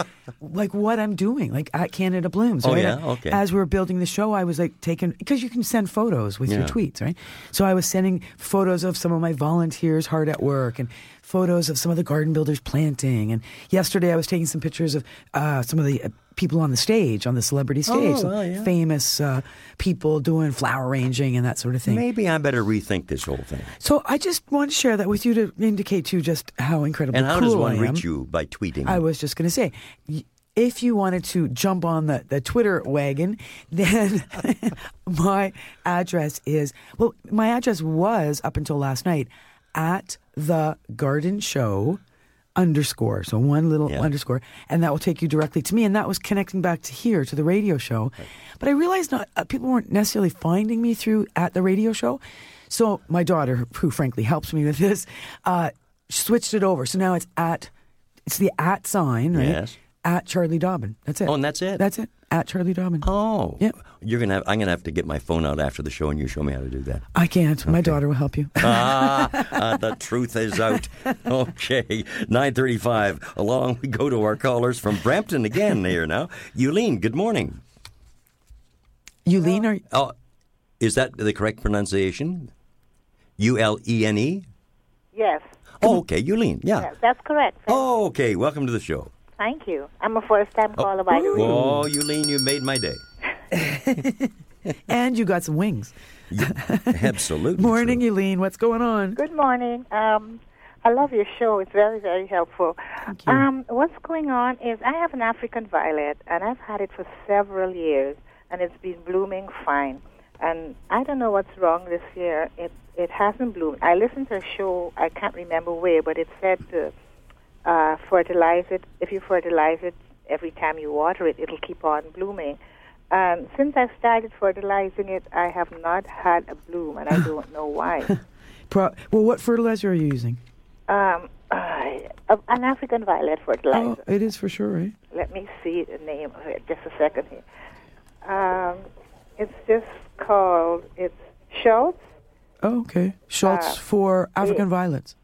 [SPEAKER 4] like what I'm doing, like at Canada Blooms.
[SPEAKER 3] Oh,
[SPEAKER 4] right?
[SPEAKER 3] yeah? Okay.
[SPEAKER 4] As we were building the show, I was like taking because you can send photos with
[SPEAKER 3] Yeah.
[SPEAKER 4] your tweets, right? So I was sending photos of some of my volunteers hard at work and photos of some of the garden builders planting. And yesterday, I was taking some pictures of uh, some of the. Uh, People on the stage, on the celebrity stage, some
[SPEAKER 3] Oh, well, yeah.
[SPEAKER 4] famous uh, people doing flower arranging and that sort of thing.
[SPEAKER 3] Maybe I better rethink this whole thing.
[SPEAKER 4] So I just want to share that with you to indicate to you just how incredibly
[SPEAKER 3] And how
[SPEAKER 4] cool
[SPEAKER 3] does one
[SPEAKER 4] I am.
[SPEAKER 3] reach you by tweeting?
[SPEAKER 4] I was just going to say, y- if you wanted to jump on the, the Twitter wagon, then my address is well, my address was up until last night at the Garden Show underscore so one little
[SPEAKER 3] Yeah.
[SPEAKER 4] underscore and that will take you directly to me and that was connecting back to here to the radio show but i realized not uh, people weren't necessarily finding me through at the radio show so my daughter who frankly helps me with this uh switched it over so now it's at it's the at sign, right?
[SPEAKER 3] Yes.
[SPEAKER 4] At Charlie Dobbin. That's it.
[SPEAKER 3] Oh, and that's it?
[SPEAKER 4] That's it. At Charlie Dobbin.
[SPEAKER 3] Oh,
[SPEAKER 4] Yeah.
[SPEAKER 3] You're gonna. Have, I'm gonna have to get my phone out after the show, and you show me how to do that.
[SPEAKER 4] I can't. My daughter will help you.
[SPEAKER 3] ah, ah, the truth is out. Okay, nine thirty-five. Along we go to our callers from Brampton again. Here now, Eileen. Good morning.
[SPEAKER 4] Eileen, are
[SPEAKER 3] Oh, is that the correct pronunciation? U L E N E.
[SPEAKER 11] Yes,
[SPEAKER 3] Oh, okay, Eileen. Yeah.
[SPEAKER 11] yes, that's correct.
[SPEAKER 3] Oh, okay. Welcome to the show.
[SPEAKER 11] Thank you. I'm a first-time caller, by the way.
[SPEAKER 3] Oh, Eileen, you made my day.
[SPEAKER 4] and you got some wings.
[SPEAKER 3] Absolutely.
[SPEAKER 4] Morning,
[SPEAKER 3] true.
[SPEAKER 4] Eileen. What's going on?
[SPEAKER 11] Good morning. Um, I love your show. It's very, very helpful.
[SPEAKER 4] you.
[SPEAKER 11] Um, what's going on is I have an African violet, and I've had it for several years, and it's been blooming fine. And I don't know what's wrong this year. It it hasn't bloomed. I listened to a show. I can't remember where, but it said to uh, fertilize it. If you fertilize it every time you water it, it'll keep on blooming. Um, since I started fertilizing it, I have not had a bloom, and I don't know why.
[SPEAKER 4] Pro- well, what fertilizer are you using?
[SPEAKER 11] Um, uh, an African violet fertilizer.
[SPEAKER 4] Oh, it is for sure, right?
[SPEAKER 11] Let me see the name of it. Just a second here. Um, it's just called. It's Schultz.
[SPEAKER 4] Oh, okay. Schultz
[SPEAKER 11] Uh,
[SPEAKER 4] for African violets.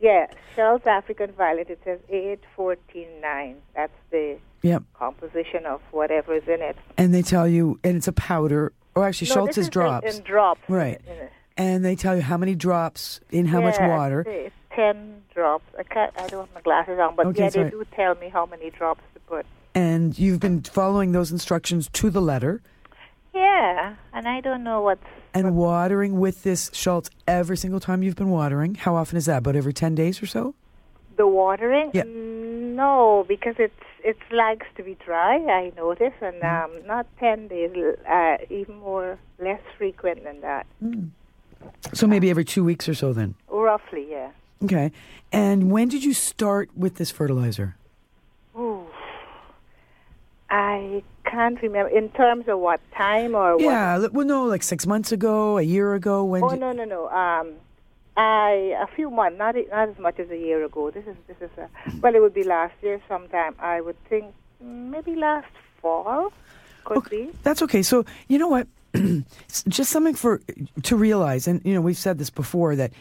[SPEAKER 11] Yeah, Schultz African violet. It says eight fourteen nine. That's the
[SPEAKER 4] Yep.
[SPEAKER 11] composition of whatever is in it.
[SPEAKER 4] And they tell you, and it's a powder. Or actually,
[SPEAKER 11] No,
[SPEAKER 4] Schultz
[SPEAKER 11] this
[SPEAKER 4] is
[SPEAKER 11] in-
[SPEAKER 4] drops.
[SPEAKER 11] In, drops.
[SPEAKER 4] Right.
[SPEAKER 11] In it.
[SPEAKER 4] And they tell you how many drops in how much
[SPEAKER 11] Yeah,
[SPEAKER 4] water.
[SPEAKER 11] It's ten drops. I can't. I don't have my glasses on, but
[SPEAKER 4] Okay,
[SPEAKER 11] yeah,
[SPEAKER 4] sorry.
[SPEAKER 11] they do tell me how many drops to put.
[SPEAKER 4] And you've been following those instructions to the letter.
[SPEAKER 11] Yeah, and I don't know what's
[SPEAKER 4] And watering with this Schultz every single time you've been watering. How often is that? About every 10 days or so?
[SPEAKER 11] The watering?
[SPEAKER 4] Yeah.
[SPEAKER 11] No, because it's it likes to be dry. I notice, and
[SPEAKER 4] Mm-hmm.
[SPEAKER 11] um, not ten days, uh, even more less frequent than that.
[SPEAKER 4] So maybe every two weeks or so then.
[SPEAKER 11] Roughly, yeah.
[SPEAKER 4] Okay. And when did you start with this fertilizer?
[SPEAKER 11] Ooh. I can't remember in terms of what time or Uh, what.
[SPEAKER 4] Yeah. li- Well, no, like six months ago, a year ago. When
[SPEAKER 11] Oh
[SPEAKER 4] did-
[SPEAKER 11] no no no. Um, I a few months, not not as much as a year ago. This is this is a, well, it would be last year sometime. I would think maybe last fall, could be.
[SPEAKER 4] That's okay. So you know what? S- Just something for to realize, and you know we've said this before that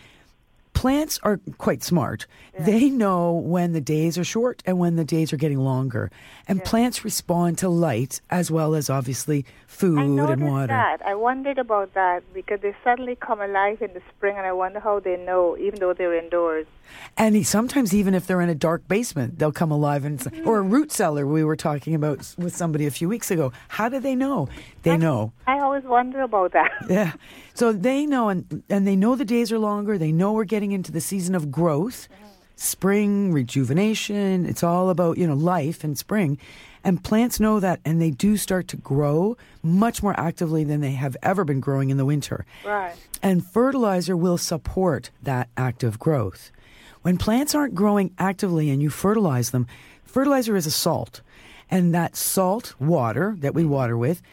[SPEAKER 4] plants are quite smart. They know when the days are short and when the days are getting longer. And plants respond to light as well as obviously food and
[SPEAKER 11] noticed
[SPEAKER 4] water.
[SPEAKER 11] that. I wondered about that because they suddenly come alive in the spring, and I wonder how they know, even though they're indoors.
[SPEAKER 4] And he- sometimes, even if they're in a dark basement, they'll come alive. And or a root cellar, we were talking about s- with somebody a few weeks ago. How do they know? They know.
[SPEAKER 11] I always wonder about that.
[SPEAKER 4] Yeah. So they know, and and they know the days are longer. They know we're getting into the season of growth, spring rejuvenation. It's all about you know life and spring, and plants know that, and they do start to grow much more actively than they have ever been growing in the winter.
[SPEAKER 11] Right.
[SPEAKER 4] And fertilizer will support that active growth. When plants aren't growing actively and you fertilize them, fertilizer is a salt. And that salt, water that we water with,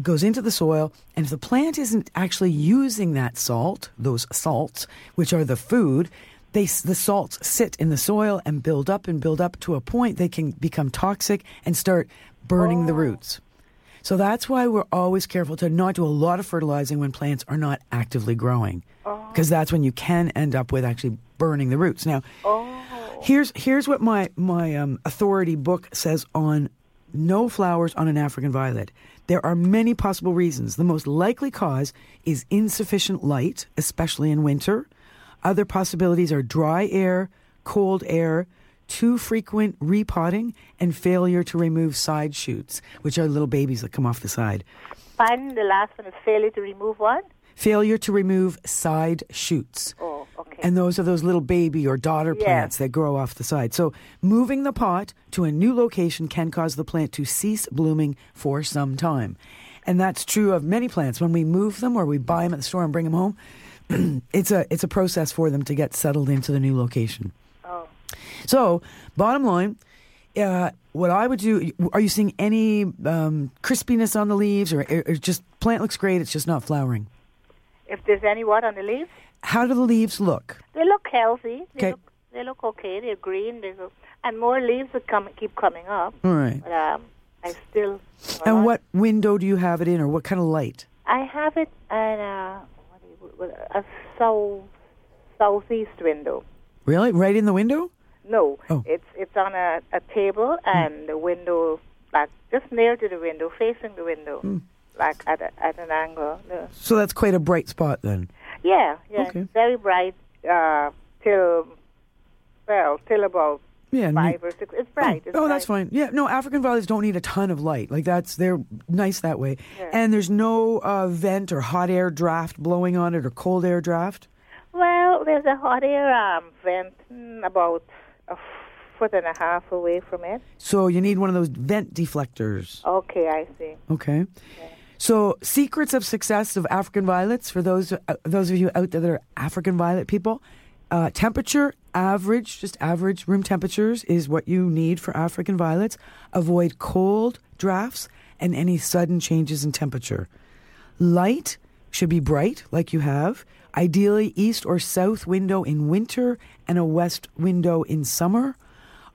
[SPEAKER 4] goes into the soil. And if the plant isn't actually using that salt, those salts, which are the food, they, s- the salts sit in the soil and build up and build up to a point they can become toxic and start burning the roots. So that's why we're always careful to not do a lot of fertilizing when plants are not actively growing. Because that's when you can end up with actually burning the roots. Now, here's here's what my my um, authority book says on no flowers on an African violet. There are many possible reasons. The most likely cause is insufficient light, especially in winter. Other possibilities are dry air, cold air, too frequent repotting, and failure to remove side shoots, which are little babies that come off the side.
[SPEAKER 11] Pardon, the last one is failure to remove one.
[SPEAKER 4] Failure to remove side shoots.
[SPEAKER 11] Oh, okay.
[SPEAKER 4] And those are those little baby or daughter
[SPEAKER 11] Yeah.
[SPEAKER 4] plants that grow off the side. So moving the pot to a new location can cause the plant to cease blooming for some time. And that's true of many plants. When we move them or we buy them at the store and bring them home, it's a it's a process for them to get settled into the new location.
[SPEAKER 11] Oh.
[SPEAKER 4] So, bottom line, uh, what I would do, are you seeing any um, crispiness on the leaves or, or just plant looks great, it's just not flowering?
[SPEAKER 11] If there's any what on the leaves,
[SPEAKER 4] How do the leaves look?
[SPEAKER 11] they look healthy. They
[SPEAKER 4] Okay.
[SPEAKER 11] look, they look okay. They're green. They look, and more leaves will come keep coming up.
[SPEAKER 4] All right.
[SPEAKER 11] But um, I still.
[SPEAKER 4] And what window do you have it in or what kind of light?
[SPEAKER 11] I have it in a, what do you- what- a south southeast window.
[SPEAKER 4] Really? Right in the window?
[SPEAKER 11] No,
[SPEAKER 4] Oh.
[SPEAKER 11] it's it's on a, a table
[SPEAKER 4] Hmm.
[SPEAKER 11] and the window, like just near to the window, facing the window,
[SPEAKER 4] Hmm.
[SPEAKER 11] like at a, at an angle. No.
[SPEAKER 4] So that's quite a bright spot then.
[SPEAKER 11] Yeah, yeah, it's very bright uh, till well till about
[SPEAKER 4] Yeah. and
[SPEAKER 11] five
[SPEAKER 4] you-
[SPEAKER 11] or six. It's bright.
[SPEAKER 4] Oh,
[SPEAKER 11] it's
[SPEAKER 4] oh,
[SPEAKER 11] bright.
[SPEAKER 4] that's fine. Yeah, no, African violets don't need a ton of light. Like that's they're nice that way. And there's no uh, vent or hot air draft blowing on it or cold air draft.
[SPEAKER 11] Well, there's a hot air um, vent mm, about a foot and a half away from it.
[SPEAKER 4] So you need one of those vent deflectors.
[SPEAKER 11] Okay, I see.
[SPEAKER 4] Okay. So, secrets of success of African violets for those uh, those of you out there that are African violet people. Uh, temperature average, just average room temperatures is what you need for African violets. Avoid cold drafts and any sudden changes in temperature. Light should be bright, like you have. Ideally, east or south window in winter and a west window in summer.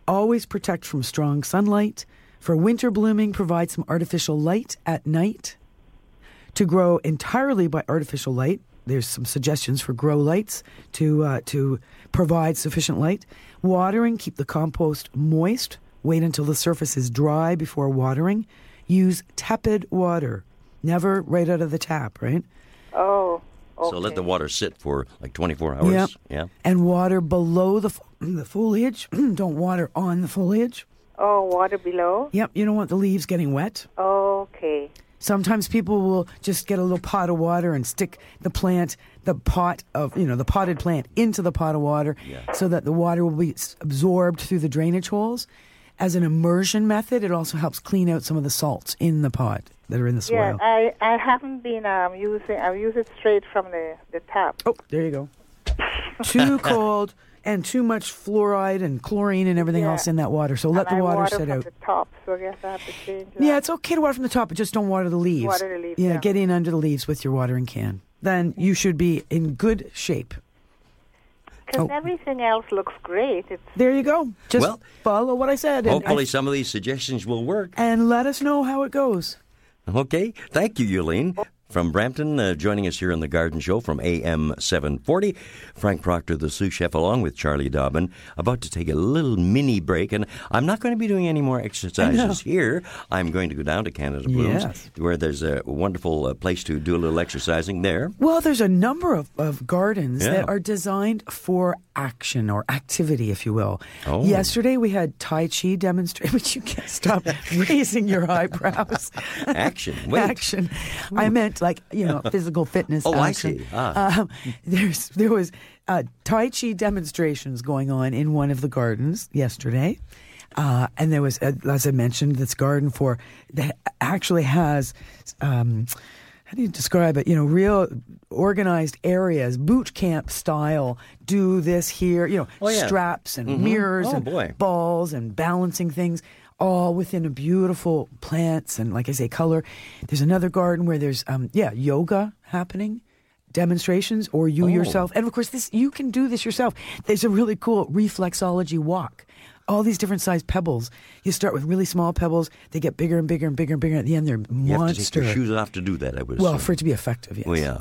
[SPEAKER 4] Always protect from strong sunlight. For winter blooming, provide some artificial light at night. To grow entirely by artificial light, there's some suggestions for grow lights to uh, to provide sufficient light. Watering, keep the compost moist. Wait until the surface is dry before watering. Use tepid water, never right out of the tap, right?
[SPEAKER 11] Oh,
[SPEAKER 3] So let the water sit for like 24 hours.
[SPEAKER 4] Yep.
[SPEAKER 3] Yeah.
[SPEAKER 4] And water below the fo- the foliage. Don't water on the foliage.
[SPEAKER 11] oh, water below.
[SPEAKER 4] Yep, you don't want the leaves getting wet.
[SPEAKER 11] Okay.
[SPEAKER 4] Sometimes people will just get a little pot of water and stick the plant, the pot of, you know, the potted plant into the pot of water so that the water will be s- absorbed through the drainage holes. As an immersion method, it also helps clean out some of the salts in the pot that are in the soil.
[SPEAKER 11] Yeah, I, I haven't been um, using. I use it straight from the, the tap.
[SPEAKER 4] Oh, there you go. too cold and too much fluoride and chlorine and everything
[SPEAKER 11] Yeah.
[SPEAKER 4] else in that water. So let
[SPEAKER 11] and
[SPEAKER 4] the
[SPEAKER 11] I
[SPEAKER 4] water,
[SPEAKER 11] water
[SPEAKER 4] sit
[SPEAKER 11] from
[SPEAKER 4] out.
[SPEAKER 11] the top, so I guess I have to change.
[SPEAKER 4] Yeah, it's okay to water from the top, but just don't water the leaves.
[SPEAKER 11] Water the leaves,
[SPEAKER 4] Yeah,
[SPEAKER 11] yeah.
[SPEAKER 4] get in under the leaves with your watering can. Then you should be in good shape.
[SPEAKER 11] Because
[SPEAKER 4] Oh.
[SPEAKER 11] everything else looks great. It's
[SPEAKER 4] There you go. Just
[SPEAKER 3] Well,
[SPEAKER 4] follow what I said. and-
[SPEAKER 3] Hopefully, some of these suggestions will work.
[SPEAKER 4] And let us know how it goes.
[SPEAKER 3] Okay. Thank you, Eileen. from Brampton, uh, joining us here on the Garden Show from AM 740. Frank Proctor, the sous chef, along with Charlie Dobbin, about to take a little mini break. And I'm not going to be doing any more exercises here. I'm going to go down to Canada Blooms,
[SPEAKER 4] Yes.
[SPEAKER 3] where there's a wonderful uh, place to do a little exercising there.
[SPEAKER 4] Well, there's a number of, of gardens
[SPEAKER 3] Yeah.
[SPEAKER 4] that are designed for action or activity, if you will.
[SPEAKER 3] Oh.
[SPEAKER 4] Yesterday we had Tai Chi demonstrate, but you can't stop raising your eyebrows.
[SPEAKER 3] Action. Wait.
[SPEAKER 4] Action. I meant like, you know, physical fitness.
[SPEAKER 3] Oh, I
[SPEAKER 4] action.
[SPEAKER 3] see. Ah.
[SPEAKER 4] Um, there's, there was uh, Tai Chi demonstrations going on in one of the gardens yesterday. Uh, and there was, uh, as I mentioned, this garden for that actually has, um, how do you describe it? You know, real organized areas, boot camp style. Do this here, you know,
[SPEAKER 3] Oh, yeah.
[SPEAKER 4] straps and
[SPEAKER 3] Mhm.
[SPEAKER 4] mirrors
[SPEAKER 3] Oh,
[SPEAKER 4] and
[SPEAKER 3] boy.
[SPEAKER 4] balls and balancing things all within a beautiful plants and like i say color there's another garden where there's um yeah yoga happening demonstrations or you
[SPEAKER 12] Oh.
[SPEAKER 4] yourself and of course this you can do this yourself there's a really cool reflexology walk all these different sized pebbles you start with really small pebbles they get bigger and bigger and bigger and bigger at the end they're
[SPEAKER 3] You have to
[SPEAKER 4] monster
[SPEAKER 3] take your shoes off to do that, I would
[SPEAKER 4] well
[SPEAKER 3] assume.
[SPEAKER 4] for it to be effective yes
[SPEAKER 3] Well, yeah.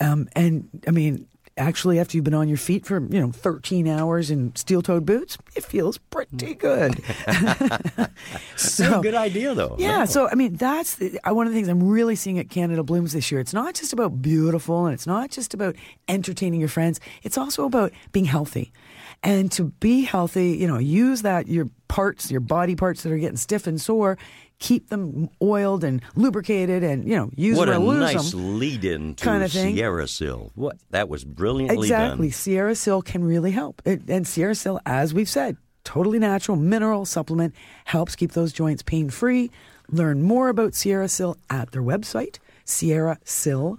[SPEAKER 4] um, and I mean, actually, after you've been on your feet for you know 13 hours in steel-toed boots, it feels pretty good.
[SPEAKER 3] Yeah, good idea, though.
[SPEAKER 4] Yeah, so I mean, that's the, uh, one of the things I'm really seeing at Canada Blooms this year. It's not just about beautiful, and it's not just about entertaining your friends. It's also about being healthy, and to be healthy, you know, use that your parts, your body parts that are getting stiff and sore. Keep them oiled and lubricated, and you know, use
[SPEAKER 3] what
[SPEAKER 4] them
[SPEAKER 3] a
[SPEAKER 4] or lose
[SPEAKER 3] nice
[SPEAKER 4] them.
[SPEAKER 3] lead in to
[SPEAKER 4] kinda thing.
[SPEAKER 3] Sierra Sil. What that was brilliantly
[SPEAKER 4] Exactly.
[SPEAKER 3] done.
[SPEAKER 4] Sierra Sil can really help. It, and Sierra Sil, as we've said, totally natural mineral supplement helps keep those joints pain free. Learn more about Sierra Sil at their website, sierrasil.ca.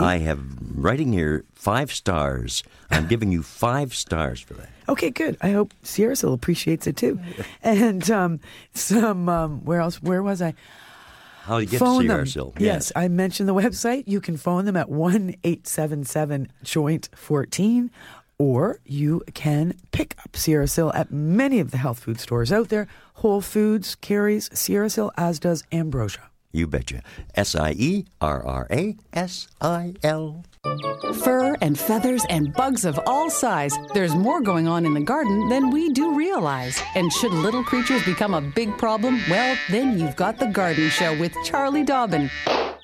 [SPEAKER 3] I have writing here five stars. I'm giving you five stars for that.
[SPEAKER 4] Okay, good. I hope Sierra Sil appreciates it too. And um, some, um, where else? Where was I?
[SPEAKER 3] How you get
[SPEAKER 4] phone
[SPEAKER 3] to Sierra
[SPEAKER 4] them.
[SPEAKER 3] Sil?
[SPEAKER 4] Yes, I mentioned the website. You can phone them at 1 877 Joint 14, or you can pick up Sierra Sil at many of the health food stores out there. Whole Foods carries Sierra Sil, as does Ambrosia.
[SPEAKER 3] You betcha. S I E R R A S I L.
[SPEAKER 2] Fur and feathers and bugs of all size. There's more going on in the garden than we do realize. And should little creatures become a big problem, well, then you've got The Garden Show with Charlie Dobbin.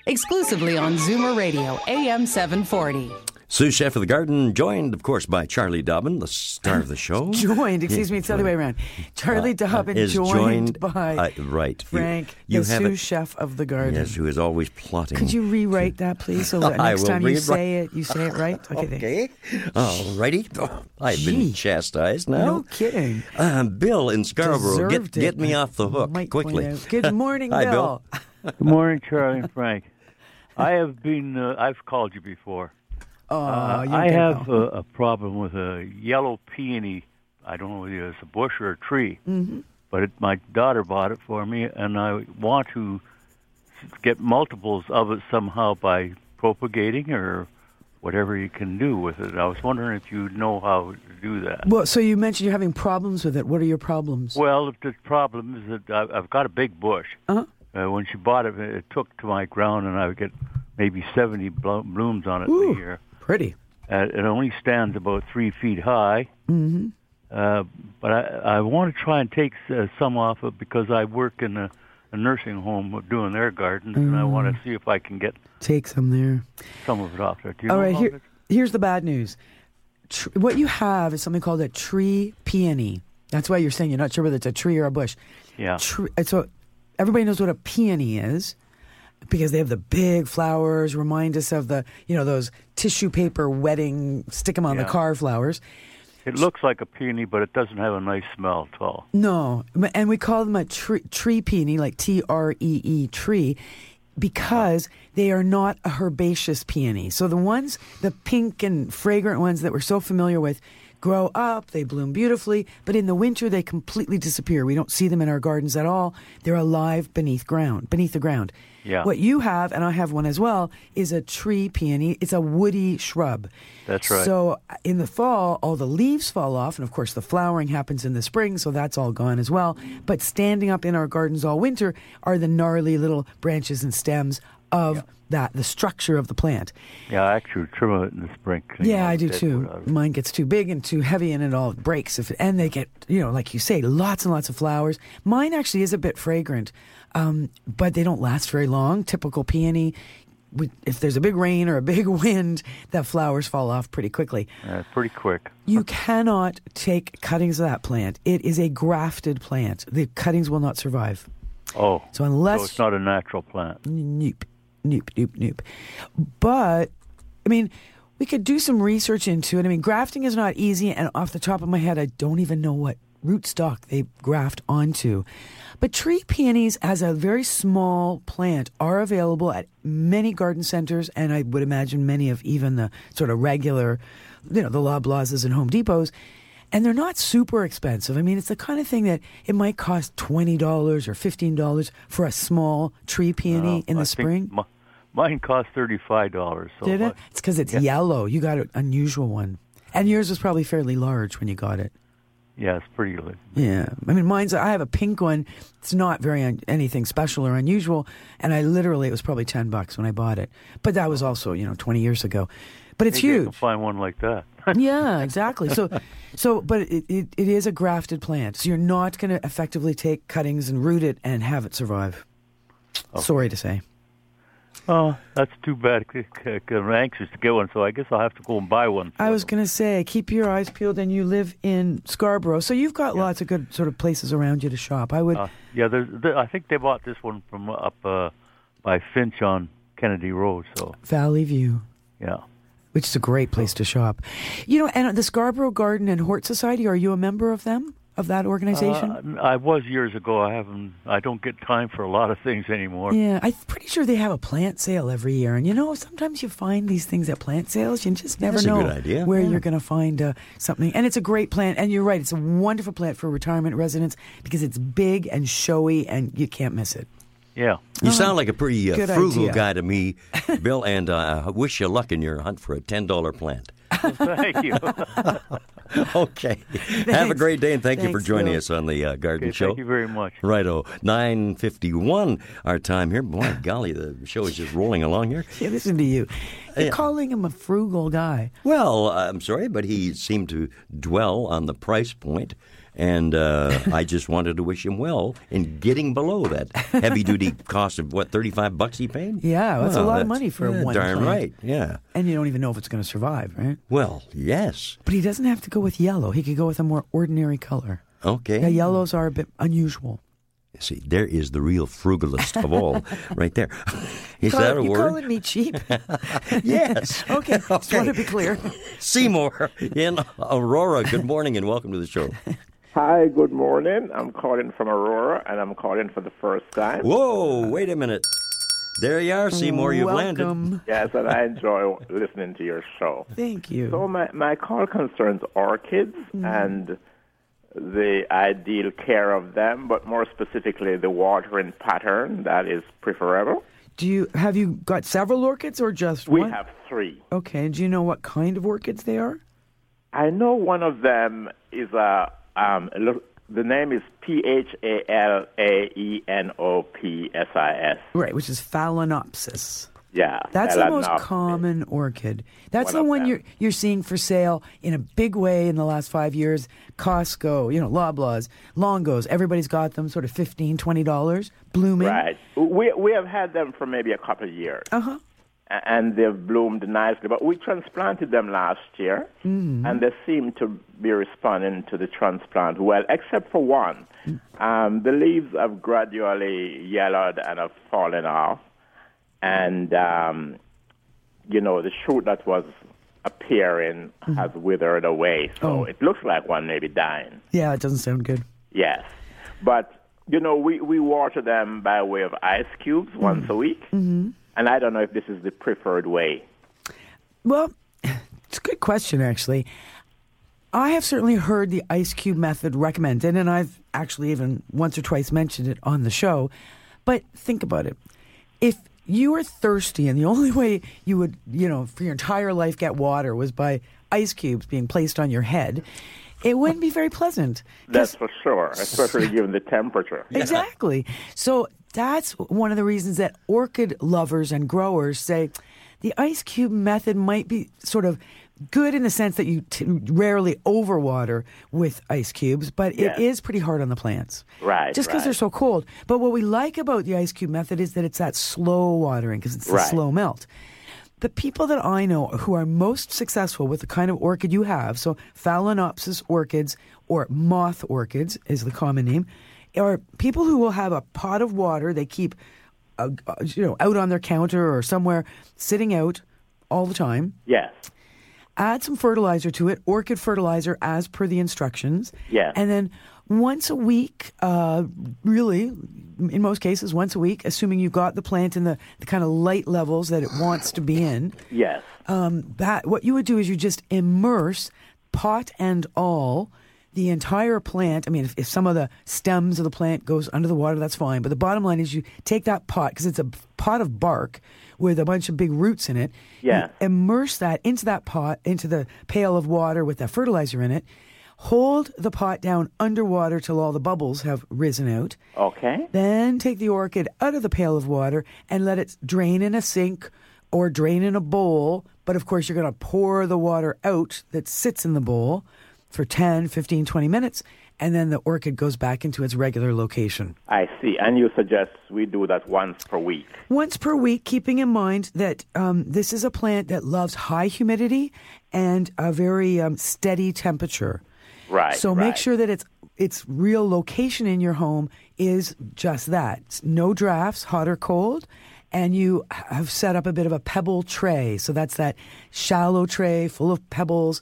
[SPEAKER 2] Exclusively on Zoomer Radio, AM 740.
[SPEAKER 3] Sous Chef of the Garden, joined, of course, by Charlie Dobbin, the star of the show.
[SPEAKER 4] Joined, excuse
[SPEAKER 3] Yeah, Uh,
[SPEAKER 4] me, it's the other way around. Charlie Dobbin
[SPEAKER 3] is
[SPEAKER 4] joined,
[SPEAKER 3] joined
[SPEAKER 4] by
[SPEAKER 3] uh, right. You-
[SPEAKER 4] Frank,
[SPEAKER 3] you
[SPEAKER 4] the
[SPEAKER 3] have
[SPEAKER 4] sous
[SPEAKER 3] it.
[SPEAKER 4] chef of the garden.
[SPEAKER 3] Yes, who is always plotting.
[SPEAKER 4] Could you rewrite that, please, so that
[SPEAKER 3] I
[SPEAKER 4] next
[SPEAKER 3] will
[SPEAKER 4] time you
[SPEAKER 3] rewrite-
[SPEAKER 4] say it, you say it right? Okay. thanks.
[SPEAKER 3] Alrighty. Oh, I've been chastised now.
[SPEAKER 4] No kidding.
[SPEAKER 3] Uh, Bill in Scarborough, get,
[SPEAKER 4] Deserved it.
[SPEAKER 3] get me off the hook
[SPEAKER 4] Might point
[SPEAKER 3] quickly.
[SPEAKER 4] out. Good morning,
[SPEAKER 3] Hi,
[SPEAKER 4] Bill.
[SPEAKER 13] Good morning, Charlie and Frank. I have been. Uh, I've called you before.
[SPEAKER 4] Aw,
[SPEAKER 13] Uh,
[SPEAKER 4] Oh, you
[SPEAKER 13] I
[SPEAKER 4] go.
[SPEAKER 13] have a, a problem with a yellow peony. I don't know whether it's a bush or a tree,
[SPEAKER 4] Mm-hmm,
[SPEAKER 14] Mhm.
[SPEAKER 13] but it, my daughter bought it for me, and I want to get multiples of it somehow by propagating or whatever you can do with it. I was wondering if you know how to do that.
[SPEAKER 4] Well, so you mentioned you're having problems with it. What are your problems?
[SPEAKER 13] Well, the problem is that I- I've got a big bush.
[SPEAKER 4] Uh-huh.
[SPEAKER 13] Uh, when she bought it, it took to my ground, and I would get maybe 70 blo- blooms on it
[SPEAKER 4] Ooh,
[SPEAKER 13] a year.
[SPEAKER 4] Pretty.
[SPEAKER 13] Uh, it only stands about three feet high,
[SPEAKER 4] Mm-hmm.
[SPEAKER 13] uh, but I, I want to try and take uh, some off it because I work in a, a nursing home doing their gardens, and I want to
[SPEAKER 4] Mm.
[SPEAKER 13] see if I can get
[SPEAKER 4] Take some there.
[SPEAKER 13] some of it off there. Do you
[SPEAKER 4] All
[SPEAKER 13] know
[SPEAKER 4] right,
[SPEAKER 13] about
[SPEAKER 4] here, here's the bad news. Tr- what you have is something called a tree peony. That's why you're saying you're not sure whether it's a tree or a bush.
[SPEAKER 13] Yeah.
[SPEAKER 4] Tr- so everybody knows what a peony is because they have the big flowers, remind us of the, you know, those tissue paper wedding, stick them on
[SPEAKER 13] Yeah.
[SPEAKER 4] the car flowers.
[SPEAKER 13] It looks like a peony, but it doesn't have a nice smell at all.
[SPEAKER 4] No, M- and we call them a tree, tree peony, like T R E E tree, because they are not a herbaceous peony. So the ones, the pink and fragrant ones that we're so familiar with, grow up, they bloom beautifully, but in the winter they completely disappear. We don't see them in our gardens at all. They're alive beneath ground, beneath the ground.
[SPEAKER 13] Yeah.
[SPEAKER 4] What you have, and I have one as well, is a tree peony. It's a woody shrub.
[SPEAKER 13] That's right.
[SPEAKER 4] So uh, in the fall, all the leaves fall off, and of course, the flowering happens in the spring, so that's all gone as well. But standing up in our gardens all winter are the gnarly little branches and stems of that, the structure of the plant.
[SPEAKER 13] Yeah, I actually trim it in the spring. clean
[SPEAKER 4] Yeah,
[SPEAKER 13] all
[SPEAKER 4] I do
[SPEAKER 13] the dead wood out
[SPEAKER 4] too.
[SPEAKER 13] of it.
[SPEAKER 4] Mine gets too big and too heavy, and it all breaks. If and they get, you know, like you say, lots and lots of flowers. Mine actually is a bit fragrant, um, but they don't last very long. Typical peony. would- If there's a big rain or a big wind, the flowers fall off pretty quickly.
[SPEAKER 13] Yeah, Uh, pretty quick.
[SPEAKER 4] You cannot take cuttings of that plant. It is a grafted plant. The cuttings will not survive.
[SPEAKER 13] Oh,
[SPEAKER 4] So unless-
[SPEAKER 13] it's not a natural plant.
[SPEAKER 4] Nope, nope, nope, nope. But I mean, we could do some research into it. I mean, grafting is not easy, and off the top of my head, I don't even know what rootstock they graft onto. But tree peonies, as a very small plant, are available at many garden centers, and I would imagine many of even the sort of regular, you know, the Loblaws and Home Depots. And they're not super expensive. I mean, it's the kind of thing that it might cost $20 or $15 for a small tree peony in
[SPEAKER 13] I
[SPEAKER 4] the
[SPEAKER 13] think
[SPEAKER 4] spring.
[SPEAKER 13] mi- mine cost thirty-five dollars. So
[SPEAKER 4] Did
[SPEAKER 13] I-
[SPEAKER 4] it? It's because it's yellow. You got an unusual one, and yours was probably fairly large when you got it.
[SPEAKER 13] Yeah, it's pretty good.
[SPEAKER 4] Yeah, I mean, mine's. I have a pink one. It's not very un- anything special or unusual, and I literally it was probably ten bucks when I bought it. But that was also you know twenty years ago. But it's
[SPEAKER 13] Maybe I
[SPEAKER 4] huge.
[SPEAKER 13] can find one like that.
[SPEAKER 4] yeah, exactly. So, so, but it, it, it is a grafted plant, so you're not going to effectively take cuttings and root it and have it survive. Sorry to say.
[SPEAKER 13] Oh, that's too bad. C- c- c- I'm anxious to get one, so I guess I'll have to go and buy one.
[SPEAKER 4] I was going to say, keep your eyes peeled, and you live in Scarborough, so you've got lots of good sort of places around you to shop. I would,
[SPEAKER 13] Uh, yeah, there's, there, I think they bought this one from up uh, by Finch on Kennedy Road. So
[SPEAKER 4] Valley View,
[SPEAKER 13] yeah,
[SPEAKER 4] which is a great place to shop. You know, and the Scarborough Garden and Hort Society, are you a member of them, of that organization?
[SPEAKER 13] Uh, I was years ago. I haven't. I don't get time for a lot of things anymore.
[SPEAKER 4] yeah, I'm pretty sure they have a plant sale every year. And you know, sometimes you find these things at plant sales. You just never
[SPEAKER 3] That's a
[SPEAKER 4] know
[SPEAKER 3] good idea.
[SPEAKER 4] where
[SPEAKER 3] Yeah.
[SPEAKER 4] you're going to find uh, something. And it's a great plant. And you're right, it's a wonderful plant for retirement residents because it's big and showy and you can't miss it.
[SPEAKER 13] Yeah.
[SPEAKER 3] You sound like a pretty uh,
[SPEAKER 4] Good
[SPEAKER 3] frugal
[SPEAKER 4] idea.
[SPEAKER 3] guy to me, Bill, and uh, I wish you luck in your hunt for a $10 plant.
[SPEAKER 13] Thank you.
[SPEAKER 3] okay. Have a
[SPEAKER 13] Thanks.
[SPEAKER 3] great day, and thank you for
[SPEAKER 13] Thanks,
[SPEAKER 3] joining
[SPEAKER 13] Bill.
[SPEAKER 3] us on the uh, Garden
[SPEAKER 13] Okay,
[SPEAKER 3] Show.
[SPEAKER 13] thank you very much.
[SPEAKER 3] Righto. 9.51 our time here. Boy, golly, the show is just rolling along here.
[SPEAKER 4] Yeah, listen to you. You're
[SPEAKER 3] Yeah.
[SPEAKER 4] calling him a frugal guy.
[SPEAKER 3] Well, I'm sorry, but he seemed to dwell on the price point, and uh, I just wanted to wish him well in getting below that heavy-duty cost of what thirty-five bucks he paid.
[SPEAKER 4] Yeah, that's a
[SPEAKER 3] Well,
[SPEAKER 4] lot of money for
[SPEAKER 3] yeah,
[SPEAKER 4] one.
[SPEAKER 3] Darn
[SPEAKER 4] plant.
[SPEAKER 3] right. Yeah.
[SPEAKER 4] And you don't even know if it's going to survive, right?
[SPEAKER 3] Well, yes.
[SPEAKER 4] But he doesn't have to go with yellow. He could go with a more ordinary color.
[SPEAKER 3] Okay.
[SPEAKER 4] The yellows are a bit unusual.
[SPEAKER 3] See, there is the real frugalist of all, right there. Is
[SPEAKER 4] Call-
[SPEAKER 3] that a
[SPEAKER 4] you
[SPEAKER 3] word? Oh.
[SPEAKER 4] calling me cheap?
[SPEAKER 3] yes.
[SPEAKER 4] okay. Just want to be clear.
[SPEAKER 3] Seymour in Aurora. Good morning and welcome to the show.
[SPEAKER 12] Hi, good morning. I'm calling from Aurora, and I'm calling for the first time.
[SPEAKER 3] Whoa, wait a minute. There you are, Seymour. You've landed.
[SPEAKER 12] Yes, and I enjoy listening to your show.
[SPEAKER 4] Thank you. Mm.
[SPEAKER 12] So my, my call concerns orchids and the ideal care of them, but more specifically the watering pattern that is preferable.
[SPEAKER 4] Do you have you got several orchids or just
[SPEAKER 12] We
[SPEAKER 4] one?
[SPEAKER 12] have three.
[SPEAKER 4] Okay. and Do you know what kind of orchids they are?
[SPEAKER 12] I know one of them is a um, a little- the name is P H A L A E N O P S I S.
[SPEAKER 4] Right, which is Phalaenopsis.
[SPEAKER 12] Yeah,
[SPEAKER 4] That's the most
[SPEAKER 12] Phalaenopsis.
[SPEAKER 4] common orchid. That's
[SPEAKER 12] One
[SPEAKER 4] the
[SPEAKER 12] of
[SPEAKER 4] one
[SPEAKER 12] them.
[SPEAKER 4] you're you're seeing for sale in a big way in the last five years. Costco, you know, Loblaws, Longos, everybody's got them, sort of fifteen, twenty dollars, blooming.
[SPEAKER 12] Right. We we have had them for maybe a couple of years,
[SPEAKER 4] Uh huh.
[SPEAKER 12] a- and they've bloomed nicely. But we transplanted them last year,
[SPEAKER 4] mm-hmm.
[SPEAKER 7] Mm-hmm.
[SPEAKER 12] and they seem to be responding to the transplant well, except for one. Um, the leaves have gradually yellowed and have fallen off, and um, you know the shoot that was appearing has withered away. So
[SPEAKER 4] Oh.
[SPEAKER 12] it looks like one may be dying.
[SPEAKER 4] Yeah, it doesn't sound good.
[SPEAKER 12] Yes. But, you know, we, we water them by way of ice cubes
[SPEAKER 4] Mm-hmm.
[SPEAKER 12] once a week.
[SPEAKER 4] hmm
[SPEAKER 12] And I don't know if this is the preferred way.
[SPEAKER 4] Well, it's a good question, actually. I have certainly heard the ice cube method recommended, and I've actually even once or twice mentioned it on the show. But think about it. If you were thirsty and the only way you would, you know, for your entire life get water was by ice cubes being placed on your head, it wouldn't be very pleasant.
[SPEAKER 12] That's for sure, especially given the temperature.
[SPEAKER 4] Exactly. So That's one of the reasons that orchid lovers and growers say the ice cube method might be sort of good in the sense that you t- rarely overwater with ice cubes, but
[SPEAKER 12] Yes.
[SPEAKER 4] it is pretty hard on the plants.
[SPEAKER 12] Right,
[SPEAKER 4] Just because
[SPEAKER 12] right.
[SPEAKER 4] they're so cold. But what we like about the ice cube method is that it's that slow watering because it's the
[SPEAKER 12] Right.
[SPEAKER 4] slow melt. The people that I know who are most successful with the kind of orchid you have, so Phalaenopsis orchids or moth orchids is the common name, are people who will have a pot of water they keep, uh, uh, you know, out on their counter or somewhere, sitting out all the time.
[SPEAKER 12] Yes.
[SPEAKER 4] Add some fertilizer to it, orchid fertilizer as per the instructions.
[SPEAKER 12] Yeah.
[SPEAKER 4] And then once a week, uh, really, in most cases, once a week, assuming you got the plant in the, the kind of light levels that it wants to be in,
[SPEAKER 12] Yes.
[SPEAKER 4] um, that what you would do is you just immerse pot and all the entire plant. I mean, if, if some of the stems of the plant goes under the water, that's fine. But the bottom line is you take that pot because it's a pot of bark with a bunch of big roots in it. You
[SPEAKER 12] Yeah.
[SPEAKER 4] immerse that into that pot, into the pail of water with that fertilizer in it. Hold the pot down underwater till all the bubbles have risen out.
[SPEAKER 12] Okay.
[SPEAKER 4] Then take the orchid out of the pail of water and let it drain in a sink or drain in a bowl. But of course, you're going to pour the water out that sits in the bowl for 10, 15, 20 minutes. And then the orchid goes back into its regular location.
[SPEAKER 12] I see. And you suggest we do that once per week.
[SPEAKER 4] Once per week, keeping in mind that um, this is a plant that loves high humidity and a very um, steady temperature.
[SPEAKER 12] Right.
[SPEAKER 4] So
[SPEAKER 12] right.
[SPEAKER 4] make sure that it's its real location in your home is just that. It's no drafts, hot or cold. And you have set up a bit of a pebble tray. So that's that shallow tray full of pebbles.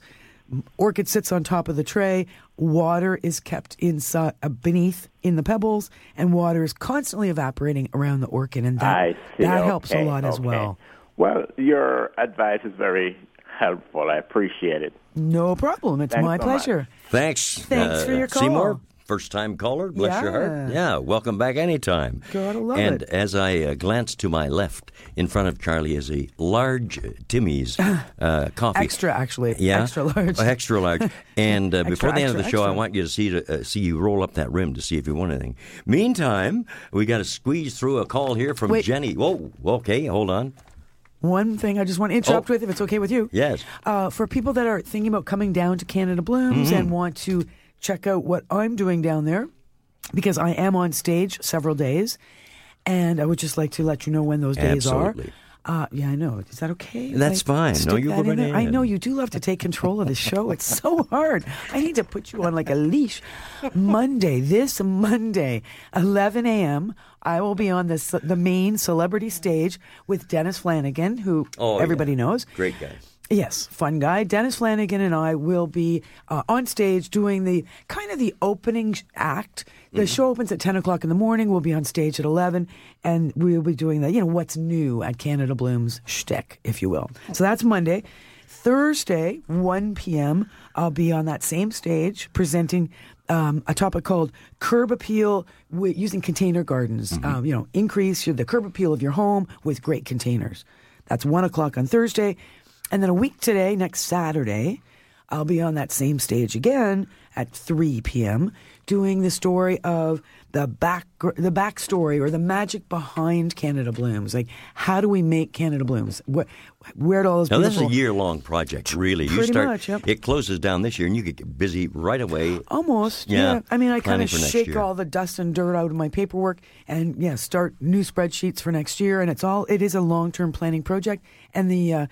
[SPEAKER 4] Orchid sits on top of the tray. Water is kept inside, uh, beneath in the pebbles, and water is constantly evaporating around the orchid, and that
[SPEAKER 12] I see.
[SPEAKER 4] that helps a
[SPEAKER 12] Okay,
[SPEAKER 4] lot as
[SPEAKER 12] okay.
[SPEAKER 4] well.
[SPEAKER 12] Well, your advice is very helpful. I appreciate it.
[SPEAKER 4] No problem. It's
[SPEAKER 12] Thanks
[SPEAKER 4] my
[SPEAKER 12] so much.
[SPEAKER 4] pleasure.
[SPEAKER 3] Thanks. uh,
[SPEAKER 4] Thanks for your call.
[SPEAKER 3] Seymour, first time caller. Bless your heart.
[SPEAKER 4] Yeah.
[SPEAKER 3] Yeah, welcome back anytime.
[SPEAKER 4] Gotta love
[SPEAKER 3] and
[SPEAKER 4] it.
[SPEAKER 3] as I uh, glance to my left, in front of Charlie is a large Timmy's uh, coffee.
[SPEAKER 4] Extra, actually.
[SPEAKER 3] Yeah,
[SPEAKER 4] Extra large.
[SPEAKER 3] Oh, extra large. And uh,
[SPEAKER 4] Extra,
[SPEAKER 3] before the end of the
[SPEAKER 4] extra,
[SPEAKER 3] show, I
[SPEAKER 4] extra.
[SPEAKER 3] want you to see to, uh, see you roll up that rim to see if you want anything. Meantime, we got to squeeze through a call here from
[SPEAKER 4] Wait.
[SPEAKER 3] Jenny. Whoa, okay, hold on.
[SPEAKER 4] One thing I just want to interrupt
[SPEAKER 3] Oh.
[SPEAKER 4] with, if it's okay with you.
[SPEAKER 3] Yes.
[SPEAKER 4] Uh, for people that are thinking about coming down to Canada Blooms
[SPEAKER 3] Mhm.
[SPEAKER 4] and want to check out what I'm doing down there, because I am on stage several days, and I would just like to let you know when those days
[SPEAKER 3] Absolutely.
[SPEAKER 4] are. Uh, yeah, I know. Is that okay? if
[SPEAKER 3] That's
[SPEAKER 4] I
[SPEAKER 3] fine. No,
[SPEAKER 4] stick
[SPEAKER 3] you
[SPEAKER 4] that
[SPEAKER 3] go
[SPEAKER 4] in
[SPEAKER 3] right
[SPEAKER 4] there? I
[SPEAKER 3] ahead.
[SPEAKER 4] know you do love to take control of the show. It's so hard. I need to put you on like a leash. Monday, this Monday, 11 a.m., I will be on this, the main celebrity stage with Dennis Flanagan, who
[SPEAKER 3] Oh, yeah.
[SPEAKER 4] everybody knows.
[SPEAKER 3] Great guys.
[SPEAKER 4] Yes, fun guy. Dennis Flanagan and I will be uh, on stage doing the kind of the opening sh- act. The show opens at 10 o'clock in the morning. We'll be on stage at 11, and we'll be doing the, you know, what's new at Canada Bloom's shtick, if you will. So that's Monday. Thursday, 1 p.m., I'll be on that same stage presenting um, a topic called curb appeal with, using container gardens. Um, you know, increase your, the curb appeal of your home with great containers. That's 1 o'clock on Thursday. And then a week today, next Saturday, I'll be on that same stage again at 3 p.m. doing the story of the back the backstory or the magic behind Canada Blooms. Like, how do we make Canada Blooms? What, where do all those
[SPEAKER 3] Now this is a
[SPEAKER 4] beautiful
[SPEAKER 3] year long project, really. you
[SPEAKER 4] Pretty
[SPEAKER 3] start
[SPEAKER 4] much, yep. Oh,
[SPEAKER 3] it closes down this year, and you could get busy right away.
[SPEAKER 4] Almost,
[SPEAKER 3] Yeah,
[SPEAKER 4] yeah. I mean, I kind
[SPEAKER 3] planning
[SPEAKER 4] of
[SPEAKER 3] for next
[SPEAKER 4] shake
[SPEAKER 3] year.
[SPEAKER 4] all the dust and dirt out of my paperwork, and yeah, start new spreadsheets for next year. And it's all it is a long term planning project, and the uh,